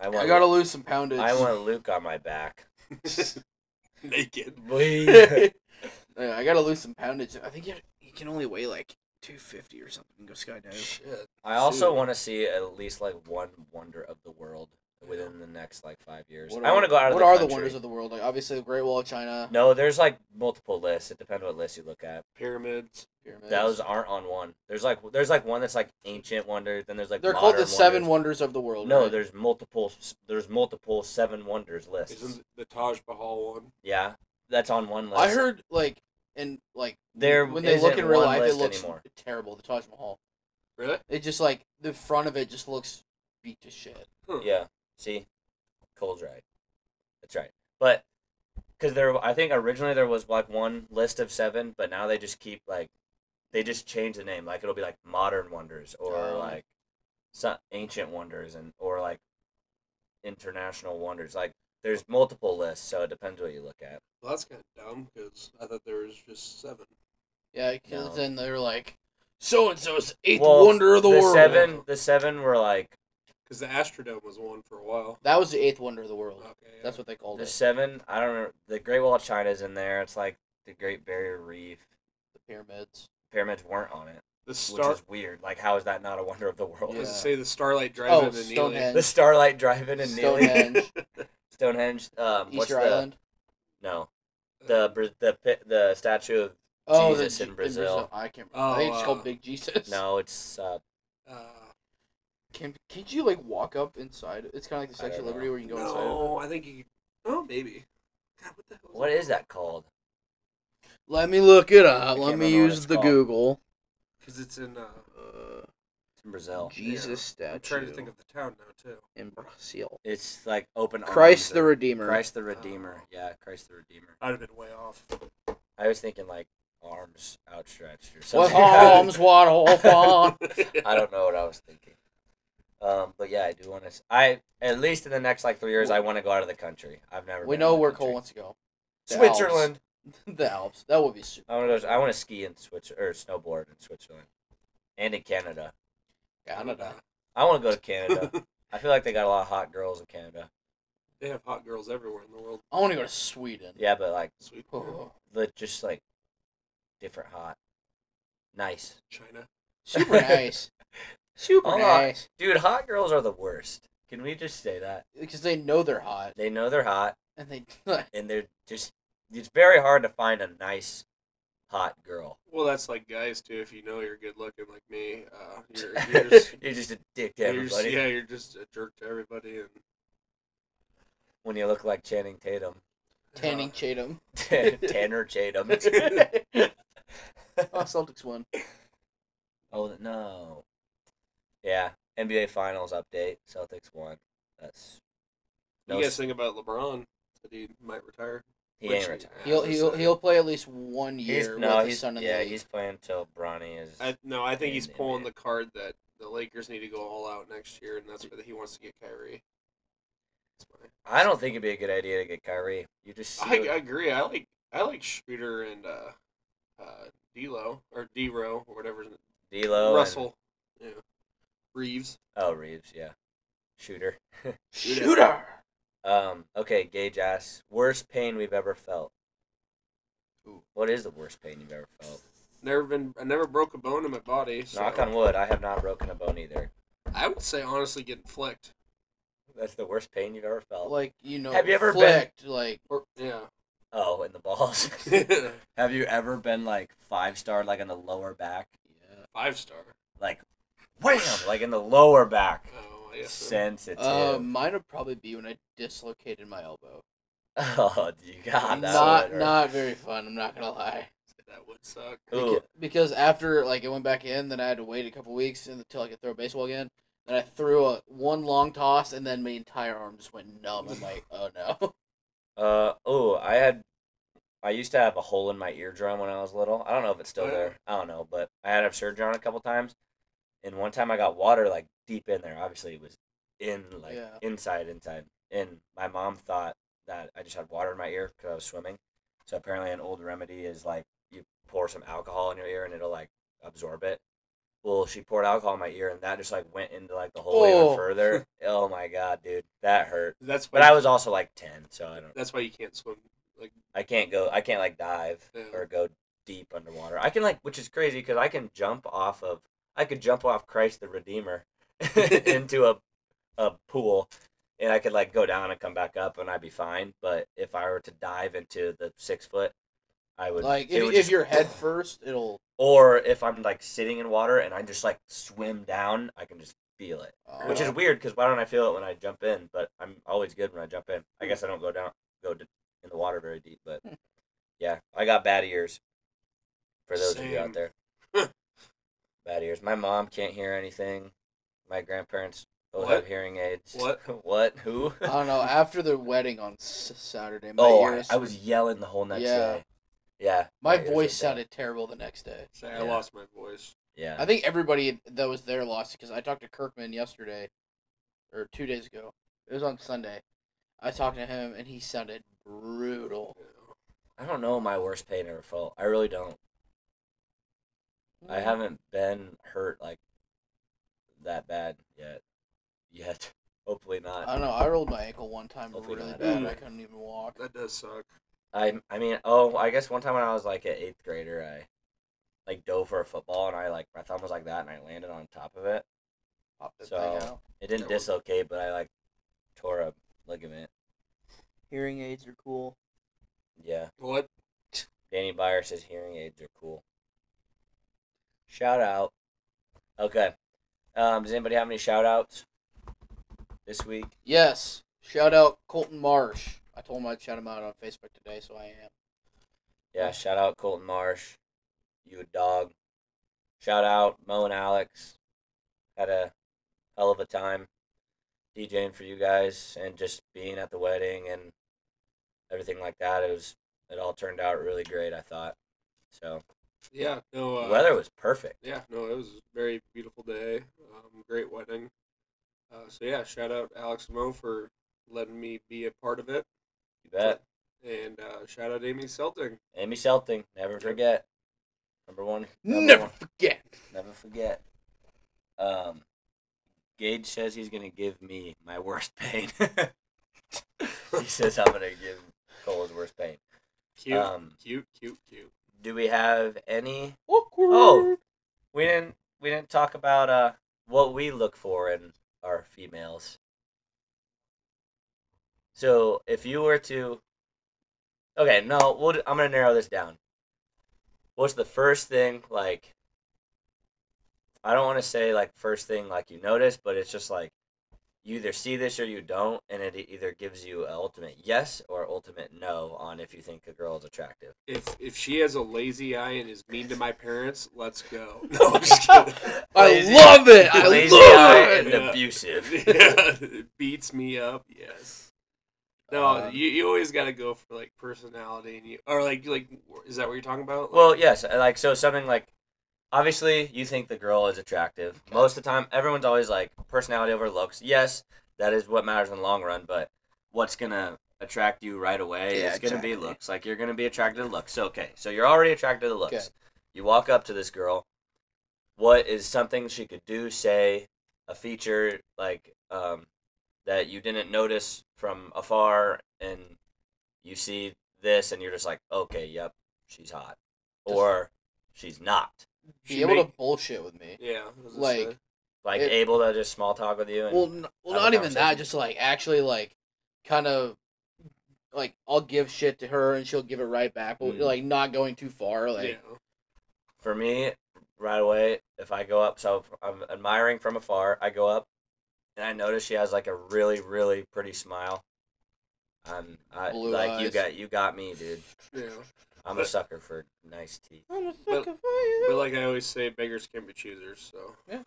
Speaker 3: I
Speaker 4: I
Speaker 3: want.
Speaker 4: gotta lose some poundage.
Speaker 3: I want Luke on my back.
Speaker 1: Naked.
Speaker 4: yeah, I gotta lose some poundage. I think you, you can only weigh like two fifty or something. and Go skydive.
Speaker 1: Shit.
Speaker 3: I also
Speaker 1: Dude.
Speaker 3: want to see at least like one wonder of the world within the next like five years.
Speaker 4: What
Speaker 3: I
Speaker 4: are-
Speaker 3: want to go out of
Speaker 4: What
Speaker 3: the
Speaker 4: are
Speaker 3: country.
Speaker 4: the wonders of the world? Like obviously the Great Wall of China.
Speaker 3: No, there's like multiple lists. It depends what list you look at.
Speaker 1: Pyramids.
Speaker 4: pyramids.
Speaker 3: Those aren't on one. There's like there's like one that's like ancient wonder. Then there's like
Speaker 4: They're called the
Speaker 3: modern
Speaker 4: Seven
Speaker 3: wonders.
Speaker 4: Wonders of the World.
Speaker 3: No,
Speaker 4: right?
Speaker 3: there's multiple there's multiple seven wonders lists.
Speaker 1: Isn't the Taj Mahal one?
Speaker 3: Yeah, that's on one list.
Speaker 4: I heard like in like
Speaker 3: There
Speaker 4: when they look
Speaker 3: isn't
Speaker 4: in real
Speaker 3: one
Speaker 4: life, it
Speaker 3: list
Speaker 4: looks
Speaker 3: anymore.
Speaker 4: terrible. The Taj Mahal.
Speaker 1: Really?
Speaker 4: It just like the front of it just looks beat to shit.
Speaker 3: Yeah. See, Cole's right. That's right. But because there, I think originally there was like one list of seven, but now they just keep like they just change the name. Like it'll be like modern wonders or
Speaker 4: Oh.
Speaker 3: like some ancient wonders and or like international wonders. Like there's multiple lists, so it depends what you look at.
Speaker 1: Well, that's kind of dumb because I thought there was just seven.
Speaker 4: Yeah, because
Speaker 3: No.
Speaker 4: then they're like, so and so's eighth
Speaker 3: Well,
Speaker 4: wonder of the, world.
Speaker 3: seven, the seven were like
Speaker 1: Because the Astrodome was one for a while.
Speaker 4: That was the eighth wonder of the world.
Speaker 1: Okay. Oh, yeah.
Speaker 4: That's what they called
Speaker 3: the
Speaker 4: it.
Speaker 3: seven. I don't remember. The Great Wall of China is in there. It's like the Great Barrier Reef.
Speaker 4: The pyramids.
Speaker 3: Pyramids weren't on it.
Speaker 1: The
Speaker 3: which
Speaker 1: star.
Speaker 3: is weird. Like, how is that not a wonder of the world?
Speaker 1: I was
Speaker 4: Yeah.
Speaker 1: to say the Starlight
Speaker 4: Oh,
Speaker 1: Drive-In in Neely.
Speaker 4: Stonehenge.
Speaker 3: The Starlight Drive-In in Neely,
Speaker 4: Stonehenge,
Speaker 3: Stonehenge. Um, what's
Speaker 4: Easter
Speaker 3: the
Speaker 4: Island.
Speaker 3: no, the Bra- the pi- the statue of
Speaker 4: Oh, the
Speaker 3: Jesus
Speaker 4: G-
Speaker 3: in Brazil.
Speaker 4: I can't. Remember.
Speaker 1: Oh,
Speaker 4: I think it's
Speaker 1: uh,
Speaker 4: called Big Jesus.
Speaker 3: no, it's uh,
Speaker 1: Uh,
Speaker 4: Can can't you like walk up inside? It's kind of like the
Speaker 3: I don't
Speaker 4: Statue of
Speaker 3: know.
Speaker 4: Liberty where you can go inside. of it.
Speaker 1: no, I think you. could- Oh, maybe. God, what the hell?
Speaker 3: what is that called?
Speaker 4: Let me look it
Speaker 3: I
Speaker 4: up.
Speaker 3: can't
Speaker 4: Let me
Speaker 3: remember what
Speaker 4: use
Speaker 3: it's
Speaker 4: the
Speaker 3: called.
Speaker 4: Google.
Speaker 1: Because it's in. Uh,
Speaker 4: Uh,
Speaker 3: It's in Brazil.
Speaker 4: Jesus statue.
Speaker 1: I'm trying to think of the town now too.
Speaker 4: in Brazil.
Speaker 3: It's like open.
Speaker 4: Christ
Speaker 3: arms
Speaker 4: the
Speaker 3: or-
Speaker 4: Redeemer.
Speaker 3: Christ the Redeemer. Yeah, Christ the Redeemer.
Speaker 1: I'd have been way off.
Speaker 3: I was thinking like arms outstretched or
Speaker 4: What
Speaker 3: something.
Speaker 4: arms wide open.
Speaker 3: I don't know what I was thinking. Um, but yeah, I do want to. I at least in the next like three years, I want to go out of the country. I've never.
Speaker 4: We
Speaker 3: been out
Speaker 4: know
Speaker 3: of the
Speaker 4: where
Speaker 3: country.
Speaker 4: Cole wants to go. The
Speaker 3: Switzerland.
Speaker 4: Alps. the Alps. That would be super.
Speaker 3: I want to go. I want to ski in Switzerland or snowboard in Switzerland, and in Canada.
Speaker 4: Canada.
Speaker 1: uh,
Speaker 3: I want to go to Canada. I feel like they got a lot of hot girls in Canada.
Speaker 1: They have hot girls everywhere in the world.
Speaker 4: I want to go to Sweden.
Speaker 3: Yeah, but like
Speaker 1: Sweet
Speaker 4: Oh,
Speaker 3: the just like different hot, nice.
Speaker 1: China.
Speaker 4: super nice. Super
Speaker 3: All right.
Speaker 4: nice.
Speaker 3: Dude, hot girls are the worst. Can we just say that?
Speaker 4: Because they know they're hot,
Speaker 3: They know they're hot,
Speaker 4: and they
Speaker 3: and they're just. It's very hard to find a nice, hot girl.
Speaker 1: Well, that's like guys too. If you know you're good looking like me, uh, you're,
Speaker 3: you're
Speaker 1: you're just,
Speaker 3: just a dick to
Speaker 1: you're just-
Speaker 3: everybody
Speaker 1: yeah, you're just a jerk to everybody. And
Speaker 3: when you look like Channing Tatum.
Speaker 4: tanning
Speaker 1: uh,
Speaker 4: Chatham.
Speaker 3: Tanner Tatum.
Speaker 4: Oh, Celtics won.
Speaker 3: oh, no. Yeah. NBA Finals update. Celtics won. That's. No,
Speaker 1: you guys think about LeBron that he might retire?
Speaker 3: he
Speaker 1: Which-
Speaker 3: ain't retired.
Speaker 4: He'll
Speaker 1: Yeah,
Speaker 4: he'll
Speaker 1: so-
Speaker 4: he'll play at least one year
Speaker 3: He's,
Speaker 4: with
Speaker 3: no,
Speaker 4: his
Speaker 3: he's,
Speaker 4: son in
Speaker 3: yeah,
Speaker 4: the league.
Speaker 3: he's playing until Bronny is.
Speaker 1: I, no, I think
Speaker 3: In
Speaker 1: he's
Speaker 3: the
Speaker 1: pulling
Speaker 3: NBA.
Speaker 1: the card that the Lakers need to go all out next year, and that's where he wants to get Kyrie. That's my-
Speaker 3: I don't think it'd be a good idea to get Kyrie. You just see
Speaker 1: I,
Speaker 3: what-
Speaker 1: I agree. I like I like Schroeder and uh, uh, D'Lo or D-Row or whatever. his name-
Speaker 3: D'Lo and-
Speaker 1: Russell, yeah. Reeves.
Speaker 3: oh, Reeves, yeah. Shooter.
Speaker 4: Shooter.
Speaker 3: Um. Okay, Gage asks, worst pain we've ever felt.
Speaker 1: Ooh.
Speaker 3: What is the worst pain you've ever felt?
Speaker 1: Never been. I never broke a bone in my body. So
Speaker 3: Knock on wood, I have not broken a bone either.
Speaker 1: I would say honestly, getting flicked.
Speaker 3: That's the worst pain you've ever felt.
Speaker 4: Like you know,
Speaker 3: Have you ever been-
Speaker 4: flicked, like
Speaker 1: Or yeah.
Speaker 3: oh, in the balls. have you ever been like five star, like in the lower back,
Speaker 1: Five star.
Speaker 3: like wham, like in the lower back?
Speaker 1: Oh yes. sir.
Speaker 3: Sensitive.
Speaker 4: Uh, mine would probably be when I dislocated my elbow.
Speaker 3: oh, you got that.
Speaker 4: not
Speaker 3: one.
Speaker 4: not very fun. I'm not gonna lie.
Speaker 1: That would suck.
Speaker 3: Ooh,
Speaker 4: Beca- Because after like it went back in, then I had to wait a couple weeks until I could throw baseball again. Then I threw a one long toss, and then my entire arm just went numb. I'm like, oh no.
Speaker 3: uh, oh, I had. I used to have a hole in my eardrum when I was little. I don't know if it's still
Speaker 1: Oh, yeah.
Speaker 3: there. I don't know, but I had to have surgery on it a couple times. And one time I got water like deep in there. Obviously, it was in like
Speaker 4: Yeah.
Speaker 3: inside, inside. And my mom thought that I just had water in my ear because I was swimming. So apparently, an old remedy is like you pour some alcohol in your ear and it'll like absorb it. Well, she poured alcohol in my ear and that just like went into like the hole
Speaker 4: Oh.
Speaker 3: even further. oh my god, dude, that hurt.
Speaker 1: That's why.
Speaker 3: But I was also like ten, so I don't.
Speaker 1: That's why you can't swim. Like
Speaker 3: I can't go. I can't like dive
Speaker 1: Yeah.
Speaker 3: or go deep underwater. I can like, which is crazy because I can jump off of. I could jump off Christ the Redeemer into a a pool, and I could like go down and come back up, and I'd be fine. But if I were to dive into the six foot, I would
Speaker 4: Like
Speaker 3: it
Speaker 4: if,
Speaker 3: would
Speaker 4: if
Speaker 3: just-
Speaker 4: you're head first, it'll.
Speaker 3: or if I'm like sitting in water and I just like swim down, I can just feel it,
Speaker 4: Uh,
Speaker 3: which is weird because why don't I feel it when I jump in? But I'm always good when I jump in. I guess I don't go down go d in the water very deep, but
Speaker 4: Hmm.
Speaker 3: yeah, I got bad ears. For those of you
Speaker 1: Same.
Speaker 3: out there, bad ears. My mom can't hear anything. My grandparents both have
Speaker 1: What?
Speaker 3: hearing aids.
Speaker 1: What?
Speaker 3: what? Who?
Speaker 4: I don't know. After the wedding on s- Saturday, my
Speaker 3: oh, I,
Speaker 4: ears,
Speaker 3: I was yelling the whole next
Speaker 4: Yeah.
Speaker 3: day. Yeah,
Speaker 4: my
Speaker 3: ears were
Speaker 4: voice
Speaker 3: bad.
Speaker 4: sounded terrible the next day.
Speaker 1: say,
Speaker 3: Yeah.
Speaker 1: I lost my voice.
Speaker 3: Yeah,
Speaker 4: I think everybody that was there lost because I talked to Kirkman yesterday, or two days ago. It was on Sunday. I talked to him and he sounded brutal.
Speaker 1: you know.
Speaker 3: I don't know my worst pain ever felt. I really don't. I haven't been hurt like that bad yet. Yet. Hopefully
Speaker 4: I
Speaker 3: not.
Speaker 1: Uh
Speaker 4: don't know. I rolled my ankle one time
Speaker 3: Hopefully
Speaker 4: really
Speaker 3: not.
Speaker 4: bad.
Speaker 1: Mm.
Speaker 4: I couldn't even walk.
Speaker 1: That does suck.
Speaker 3: I I mean, oh, I guess one time when I was like an eighth grader, like dove for a football, and I like my thumb was like that, and I landed on top of it.
Speaker 4: Pop that
Speaker 3: So-
Speaker 4: thing out.
Speaker 3: It didn't
Speaker 1: That was-
Speaker 3: dislocate, but I like tore a ligament.
Speaker 4: Hearing aids are cool.
Speaker 3: Yeah.
Speaker 1: What?
Speaker 3: Danny Byer says hearing aids are cool. Shout out. Okay. Um, does anybody have any shout outs this week?
Speaker 4: Yes. Shout out Colton Marsh. I told him I'd shout him out on Facebook today, so I am.
Speaker 3: Yeah, shout out Colton Marsh. You a dog. Shout out Mo and Alex. Had a hell of a time DJing for you guys and just being at the wedding and everything like that. It was it all turned out really great, I thought. So
Speaker 1: Yeah. No.
Speaker 3: the
Speaker 1: Uh,
Speaker 3: weather was perfect.
Speaker 1: Yeah. No. It was a very beautiful day. Um, great wedding. Uh, so yeah, shout out Alex and Mo for letting me be a part of it,
Speaker 3: You bet.
Speaker 1: and uh, shout out Amy Selting.
Speaker 3: Amy Selting, never forget. Number one. number
Speaker 4: Never
Speaker 3: one-
Speaker 4: forget.
Speaker 3: never forget. Um, Gage says he's gonna give me my worst pain. he says I'm gonna give Cole his worst pain.
Speaker 1: Cute.
Speaker 3: Um,
Speaker 1: cute. Cute. Cute.
Speaker 3: do we have any?
Speaker 4: Awkward.
Speaker 3: Oh, we didn't. We didn't talk about uh what we look for in our females. So if you were to, okay, no, we'll, I'm gonna narrow this down. What's the first thing like? I don't want to say like first thing like you notice, but it's just like you either see this or you don't, and it either gives you an ultimate yes or ultimate no on if you think a girl is attractive.
Speaker 1: If if she has a lazy eye and is mean to my parents, let's go. No, I'm just kidding.
Speaker 4: I
Speaker 3: Lazy-
Speaker 4: love it. I
Speaker 3: lazy
Speaker 4: love
Speaker 3: eye
Speaker 4: it.
Speaker 3: and
Speaker 1: Yeah.
Speaker 3: abusive.
Speaker 1: yeah, it beats me up. Yes. No,
Speaker 3: Um,
Speaker 1: you, you always got to go for like personality and you or like like is that what you're talking about? Like,
Speaker 3: Well, yes, uh, like so something like obviously you think the girl is attractive. Most of the time everyone's always like personality over looks. Yes, that is what matters in the long run, but what's going to attract you right away
Speaker 2: Yeah,
Speaker 3: is going to
Speaker 2: exactly.
Speaker 3: be looks. Like you're going to be attracted to looks. So okay, so you're already attracted to looks.
Speaker 4: Okay.
Speaker 3: You walk up to this girl. What is something she could do, say, a feature like um that you didn't notice from afar and you see this and you're just like, "Okay, yep, she's hot."
Speaker 4: Does-
Speaker 3: or she's not.
Speaker 1: she
Speaker 4: Be able to
Speaker 1: make-
Speaker 4: bullshit with me.
Speaker 1: yeah, I was gonna
Speaker 4: like,
Speaker 1: say.
Speaker 3: Like
Speaker 4: It-
Speaker 3: able to just small talk with you and
Speaker 4: Well, n- well,
Speaker 3: have a
Speaker 4: not even that.
Speaker 3: conversation.
Speaker 4: Just like actually, like kind of like I'll give shit to her and she'll give it right back, but
Speaker 3: Mm.
Speaker 4: like not going too far. Like
Speaker 1: yeah.
Speaker 3: for me right away if I go up so I'm admiring from afar, I go up and I notice she has like a really really pretty smile. I'm I,
Speaker 4: Blue
Speaker 3: like you
Speaker 4: eyes.
Speaker 3: got you got me, dude.
Speaker 1: yeah.
Speaker 3: I'm a sucker for nice teeth.
Speaker 1: But, but like I always say, beggars can't be choosers. So
Speaker 4: Yeah.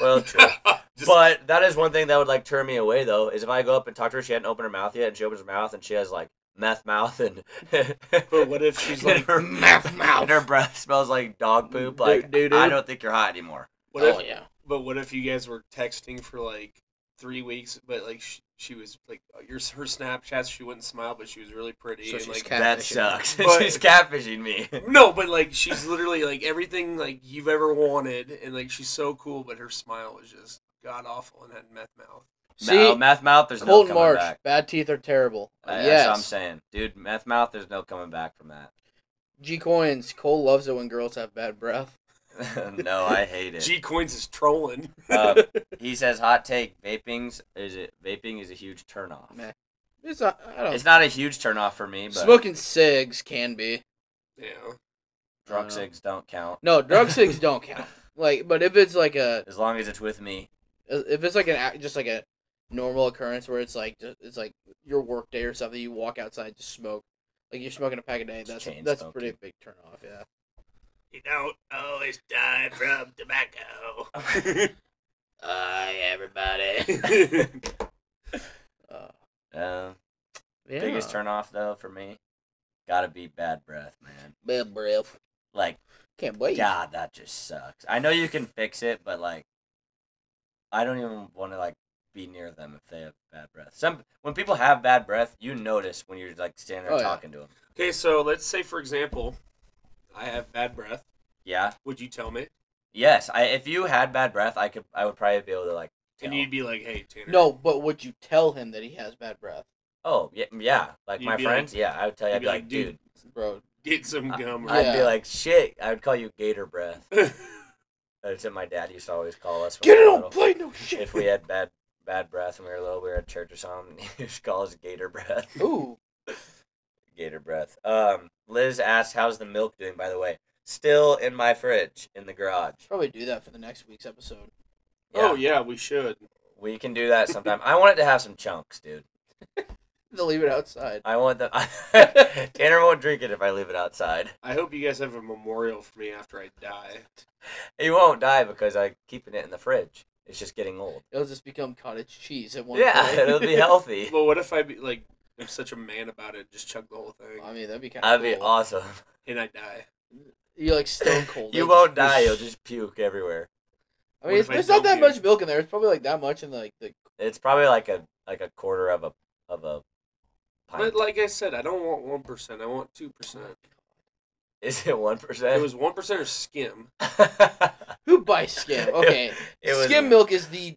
Speaker 3: Well, true.
Speaker 1: Just-
Speaker 3: but that is one thing that would like turn me away though is if I go up and talk to her, she hadn't opened her mouth yet, and she opens her mouth and she has like meth mouth and.
Speaker 1: but what if she's like,
Speaker 3: her
Speaker 2: meth mouth.
Speaker 3: and her breath smells like dog poop.
Speaker 4: Do-
Speaker 3: Like
Speaker 4: do- do.
Speaker 3: I don't think you're hot anymore.
Speaker 1: what
Speaker 4: oh
Speaker 1: if?
Speaker 4: yeah,
Speaker 1: But what if you guys were texting for like three weeks, but like she, she was like uh, your her Snapchats, she wouldn't smile, but she was really pretty.
Speaker 2: So
Speaker 1: and,
Speaker 2: she's
Speaker 1: like,
Speaker 2: cat-
Speaker 3: that
Speaker 2: Catfishing.
Speaker 3: sucks.
Speaker 1: But-
Speaker 3: She's catfishing me.
Speaker 1: No, but like she's literally like everything like you've ever wanted, and like she's so cool, but her smile was just god awful and had meth mouth.
Speaker 4: See,
Speaker 3: no, meth mouth. There's no
Speaker 4: Colton
Speaker 3: coming
Speaker 4: Marsh,
Speaker 3: back.
Speaker 4: bad teeth are terrible.
Speaker 3: Uh, That's what I'm
Speaker 4: yes,
Speaker 3: saying, dude. Meth mouth. There's no coming back from that.
Speaker 4: G Coins. Cole loves it when girls have bad breath.
Speaker 3: no, I hate it.
Speaker 1: G Coins is trolling.
Speaker 3: Um, he says, "Hot take: Vaping's is it? Vaping is a huge turnoff.
Speaker 4: Meh. It's not. I don't.
Speaker 3: It's not a huge turnoff for me, but
Speaker 4: Smoking cigs can be.
Speaker 1: yeah,
Speaker 3: drug
Speaker 4: Uh,
Speaker 3: cigs don't count
Speaker 4: No, drug cigs don't count. Like, but if it's like a,
Speaker 3: as long as it's with me.
Speaker 4: Uh, if it's like an act- just like a normal occurrence where it's like ju- it's like your work day or something, you walk outside just smoke. Like you're smoking a pack a day.
Speaker 3: It's
Speaker 4: That's
Speaker 3: chain
Speaker 4: that's
Speaker 3: smoking.
Speaker 4: pretty big turn off. Yeah.
Speaker 1: you don't always die from tobacco.
Speaker 4: Uh, everybody. Uh,
Speaker 3: Uh,
Speaker 4: yeah.
Speaker 3: Biggest turnoff though for me, gotta be bad breath, man.
Speaker 4: Bad breath.
Speaker 3: Like,
Speaker 4: Can't wait.
Speaker 3: God, that just sucks. I know you can fix it, but like, I don't even want to like be near them if they have bad breath. Some when people have bad breath, you notice when you're like standing there
Speaker 4: Oh, yeah.
Speaker 3: talking to them.
Speaker 1: okay, so let's say for example, I have bad breath.
Speaker 3: Yeah.
Speaker 1: Would you tell me?
Speaker 3: Yes. I if you had bad breath, I could I would probably be able to like.
Speaker 1: And
Speaker 3: tell.
Speaker 1: you'd be like, hey, Tanner.
Speaker 4: No, but would you tell him that he has bad breath?
Speaker 3: Oh yeah, yeah. Like
Speaker 1: You'd
Speaker 3: my
Speaker 1: be
Speaker 3: friends, yeah. I would tell you,
Speaker 1: you'd
Speaker 3: I'd be like, dude,
Speaker 4: bro.
Speaker 1: get some gum. Or...
Speaker 4: I-
Speaker 3: I'd be
Speaker 4: Yeah.
Speaker 3: like, shit. I would call you Gator Breath. That's what my dad used to always call us. when
Speaker 4: Get
Speaker 3: we
Speaker 4: it
Speaker 3: were
Speaker 4: on
Speaker 3: little.
Speaker 4: play, no shit.
Speaker 3: If we had bad bad breath when we were little, we were at church or something. He used to call us Gator Breath.
Speaker 4: Ooh,
Speaker 3: Gator Breath. Um, Liz asked, "How's the milk doing?" By the way, still in my fridge in the garage.
Speaker 4: probably do that for the next week's episode.
Speaker 1: Oh yeah, we should.
Speaker 3: We can do that sometime. I want it to have some chunks, dude.
Speaker 4: They'll leave it outside.
Speaker 3: I want the Tanner won't drink it if I leave it outside.
Speaker 1: I hope you guys have a memorial for me after I die.
Speaker 3: He won't die because I'm keeping it in the fridge. It's just getting old.
Speaker 4: It'll just become cottage cheese at one
Speaker 3: Yeah,
Speaker 4: point.
Speaker 3: it'll be healthy.
Speaker 1: Well, what if I be like, I'm such a man about it, just chug the whole thing,
Speaker 4: I mean, that'd be kind of
Speaker 3: That'd be awesome.
Speaker 1: and I die.
Speaker 4: You like stone cold.
Speaker 3: You
Speaker 4: Like,
Speaker 3: won't die. You'll just puke everywhere.
Speaker 4: I
Speaker 1: What
Speaker 4: mean, it's,
Speaker 1: if I
Speaker 4: there's not that
Speaker 1: don't do-
Speaker 4: much milk in there. It's probably like that much in like the.
Speaker 3: It's probably like a like a quarter of a of a pint.
Speaker 1: But like I said, I don't want one percent. I want two percent.
Speaker 3: Is it one percent?
Speaker 1: It was one percent or skim.
Speaker 4: Who buys skim? Okay,
Speaker 3: It was-
Speaker 4: skim milk is the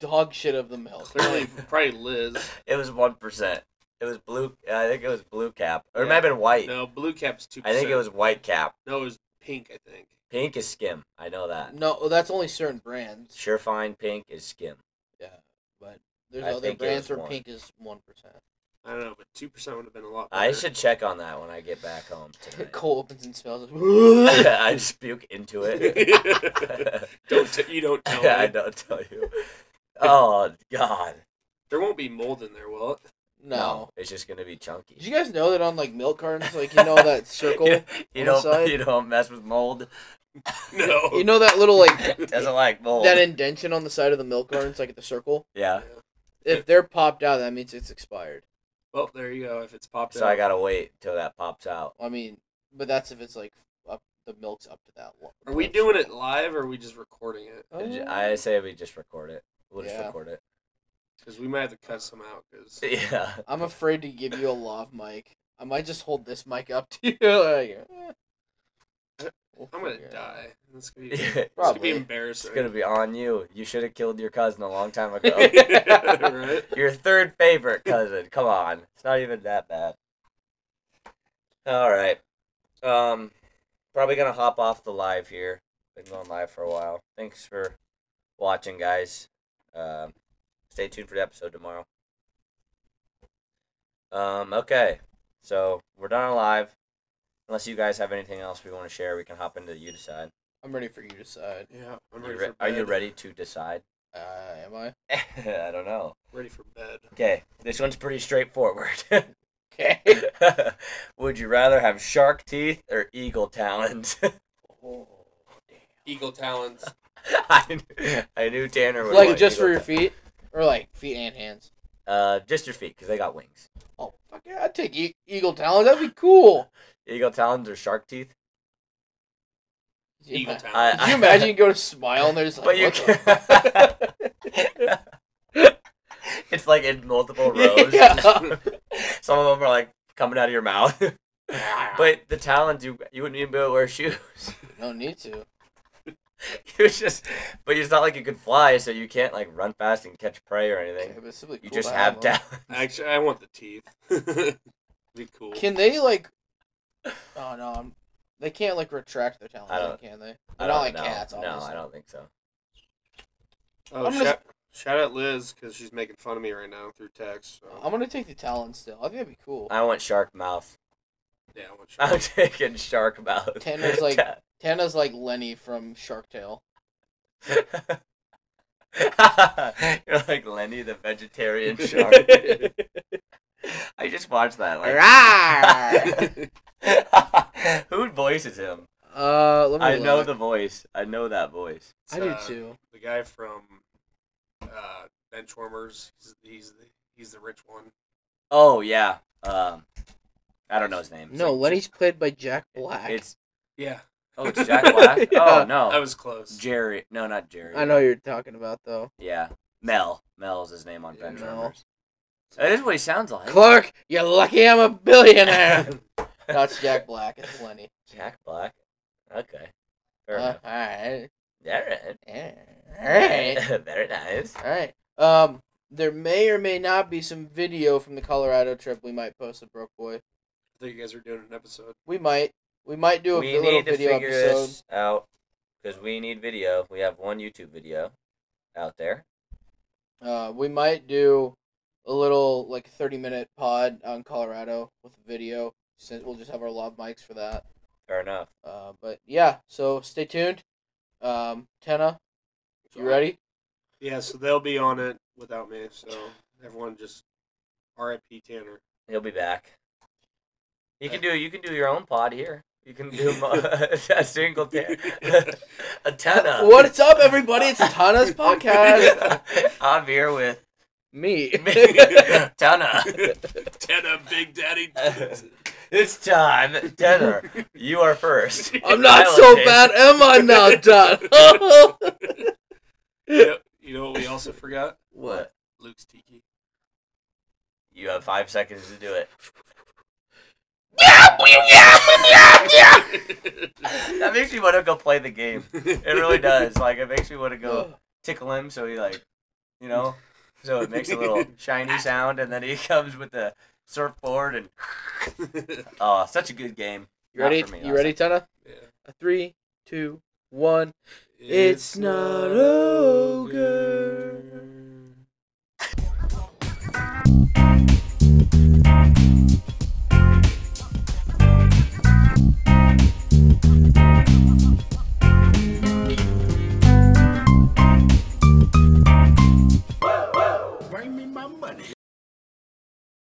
Speaker 4: dog shit of the milk.
Speaker 1: Clearly, probably Liz.
Speaker 3: It was one percent. It was blue. I think it was blue cap, or it
Speaker 1: Yeah.
Speaker 3: might have been white.
Speaker 1: No, blue cap's two.
Speaker 3: I think it was white cap.
Speaker 1: no, it was pink. I think.
Speaker 3: Pink is skim. I know that.
Speaker 4: No, well, that's only certain brands.
Speaker 3: Sure, fine. Pink is skim.
Speaker 4: Yeah, but there's
Speaker 3: I
Speaker 4: other
Speaker 3: think it
Speaker 4: brands
Speaker 3: was
Speaker 4: where
Speaker 3: one.
Speaker 4: pink is one percent.
Speaker 1: I don't know, but two percent would have been a lot. Better.
Speaker 3: I should check on that when I get back home tonight.
Speaker 4: Cole opens and smells it.
Speaker 3: I just puke into it.
Speaker 1: don't t- you don't tell me.
Speaker 3: I don't tell you. Oh God.
Speaker 1: There won't be mold in there, will it?
Speaker 4: no.
Speaker 3: it's just gonna be chunky.
Speaker 4: Did you guys know that on like milk cartons, like you know that circle,
Speaker 3: You,
Speaker 4: on the
Speaker 3: you don't.
Speaker 4: side?
Speaker 3: You don't mess with mold.
Speaker 1: No.
Speaker 4: you know that little like
Speaker 3: Doesn't like mold.
Speaker 4: that indention on the side of the milk cartons, like at the circle.
Speaker 3: yeah.
Speaker 4: If they're popped out, that means it's expired.
Speaker 1: well, there you go. If it's popped
Speaker 3: So
Speaker 1: out,
Speaker 3: I gotta wait till that pops out.
Speaker 4: I mean, but that's if it's like up the milk's up to that. lo-
Speaker 1: are we doing it live or are we just recording it?
Speaker 4: Oh.
Speaker 3: I say we just record it. We'll just
Speaker 4: Yeah.
Speaker 3: record it.
Speaker 1: Because we might have to cut some out. Because
Speaker 3: Yeah.
Speaker 4: I'm afraid to give you a lav mic. I might just hold this mic up to you. like, eh. We'll
Speaker 1: I'm gonna
Speaker 4: figure it out.
Speaker 1: die. That's gonna be.
Speaker 3: it's
Speaker 1: It's gonna
Speaker 4: Probably.
Speaker 1: be
Speaker 3: gonna
Speaker 1: embarrassing.
Speaker 3: be on you. You should have killed your cousin a long time ago.
Speaker 1: right?
Speaker 3: your third favorite cousin. Come on. It's not even that bad. All right. Um probably going to hop off the live here. Been going live for a while. Thanks for watching, guys. Um stay tuned for the episode tomorrow. Um okay. So, we're done live. Unless you guys have anything else we want to share, we can hop into you decide.
Speaker 4: I'm ready for you to decide.
Speaker 1: Yeah. I'm
Speaker 3: Are you
Speaker 1: ready
Speaker 3: re-
Speaker 1: for
Speaker 3: are you
Speaker 1: bed.
Speaker 3: ready to decide?
Speaker 4: Uh, am I?
Speaker 3: I don't know.
Speaker 1: Ready for bed.
Speaker 3: Okay, this one's pretty straightforward.
Speaker 4: Okay.
Speaker 3: Would you rather have shark teeth or eagle talons?
Speaker 4: Oh,
Speaker 1: Eagle talons.
Speaker 3: I, knew, I knew Tanner would
Speaker 4: like
Speaker 3: want
Speaker 4: just for
Speaker 3: eagle
Speaker 4: your
Speaker 3: ta-
Speaker 4: feet, or like feet and hands.
Speaker 3: uh, just your feet because they got wings.
Speaker 4: Oh fuck yeah! I'd take e- eagle talons. That'd be cool.
Speaker 3: Eagle talons or shark teeth?
Speaker 4: Yeah.
Speaker 1: Eagle
Speaker 3: I-
Speaker 1: talons.
Speaker 4: Could you imagine you go to smile and there's like,
Speaker 3: But you
Speaker 4: what the-
Speaker 3: can. it's like in multiple rows.
Speaker 4: Yeah.
Speaker 3: Some of them are like coming out of your mouth. but the talons, you you wouldn't even be able to wear shoes.
Speaker 4: no need to.
Speaker 3: You just, but it's not like you can fly, so you can't like run fast and catch prey or anything.
Speaker 4: Okay, but it's really
Speaker 3: You
Speaker 4: cool
Speaker 3: just
Speaker 4: to
Speaker 3: have
Speaker 4: them.
Speaker 3: down.
Speaker 1: Actually, I want the teeth. be cool.
Speaker 4: Can they like? Oh no, I'm, they can't like retract their talons,
Speaker 3: I don't-
Speaker 4: can they?
Speaker 3: I
Speaker 4: They're
Speaker 3: don't
Speaker 4: not like
Speaker 3: know.
Speaker 4: cats,
Speaker 3: No,
Speaker 4: obviously.
Speaker 3: I don't think so.
Speaker 1: Oh,
Speaker 4: I'm
Speaker 1: shout,
Speaker 4: gonna-
Speaker 1: shout out Liz because she's making fun of me right now through text. So.
Speaker 4: I'm gonna take the talons still. I think that'd be cool.
Speaker 3: I want shark mouth.
Speaker 1: yeah, I want shout
Speaker 3: I'm taking shark mouth.
Speaker 4: Tanner's like- Tana's like Lenny from Shark Tale.
Speaker 3: You're like Lenny the vegetarian shark. I just watched that.
Speaker 2: Rawr!
Speaker 3: Like, who voices him?
Speaker 4: Uh, let me.
Speaker 3: I know
Speaker 4: look.
Speaker 3: the voice. I know that voice.
Speaker 4: I do
Speaker 1: Uh,
Speaker 4: too.
Speaker 1: The guy from uh, Benchwarmers. He's, he's the he's the rich one.
Speaker 3: Oh yeah. Um, I don't know his name.
Speaker 4: No, Lenny's played by Jack Black.
Speaker 3: It's
Speaker 1: Yeah,
Speaker 3: oh it's Jack Black.
Speaker 4: Yeah.
Speaker 3: Oh no,
Speaker 1: I was close.
Speaker 3: Jerry. No, not Jerry.
Speaker 4: I know you're talking about though.
Speaker 3: Yeah, Mel. Mel's his name on
Speaker 1: Yeah,
Speaker 3: Bench
Speaker 4: Mel.
Speaker 3: Warmers. That is what he sounds like.
Speaker 4: Clark, you're lucky I'm a billionaire. That's Jack Black. It's Lenny.
Speaker 3: Jack Black. Okay. Fair
Speaker 4: Uh,
Speaker 3: enough.
Speaker 4: all right.
Speaker 3: All right.
Speaker 4: All right.
Speaker 3: Very nice.
Speaker 4: All right. Um, there may or may not be some video from the Colorado trip we might post at Broke Boy.
Speaker 1: I think you guys are doing an episode.
Speaker 4: We might. We might do a
Speaker 3: we
Speaker 4: little
Speaker 3: need to
Speaker 4: video
Speaker 3: figure
Speaker 4: episode.
Speaker 3: this out because we need video. We have one YouTube video out there.
Speaker 4: Uh, we might do a little like thirty minute pod on Colorado with video since we'll just have our lav mics for that.
Speaker 3: Fair enough.
Speaker 4: Uh, but yeah, so stay tuned. Um, Tenna, you ready?
Speaker 1: Yeah, so they'll be on it without me. So everyone just RIP Tanner.
Speaker 3: He'll be back. You can do you can do your own pod here. You can do mo- a single ten, a tenna.
Speaker 4: What's up, everybody? It's Tana's podcast.
Speaker 3: I'm here with
Speaker 4: Me.
Speaker 3: Tenna.
Speaker 1: Tanner, Big Daddy.
Speaker 3: It's time, Tenna. You are first.
Speaker 4: I'm not
Speaker 3: I'll
Speaker 4: so
Speaker 3: take-
Speaker 4: bad, am I now, Don?
Speaker 1: you, know, you know what we also forgot?
Speaker 3: What?
Speaker 1: Luke's Tiki.
Speaker 3: You have five seconds to do it. That makes me want to go play the game. It really does. Like it makes me want to go tickle him so he like, you know, so it makes a little shiny sound, and then he comes with the surfboard and oh, such a good game.
Speaker 4: You
Speaker 3: Not
Speaker 4: ready?
Speaker 3: for me,
Speaker 4: you ready, Tana?
Speaker 1: Yeah.
Speaker 4: A three, two, one. It's not
Speaker 1: ogre.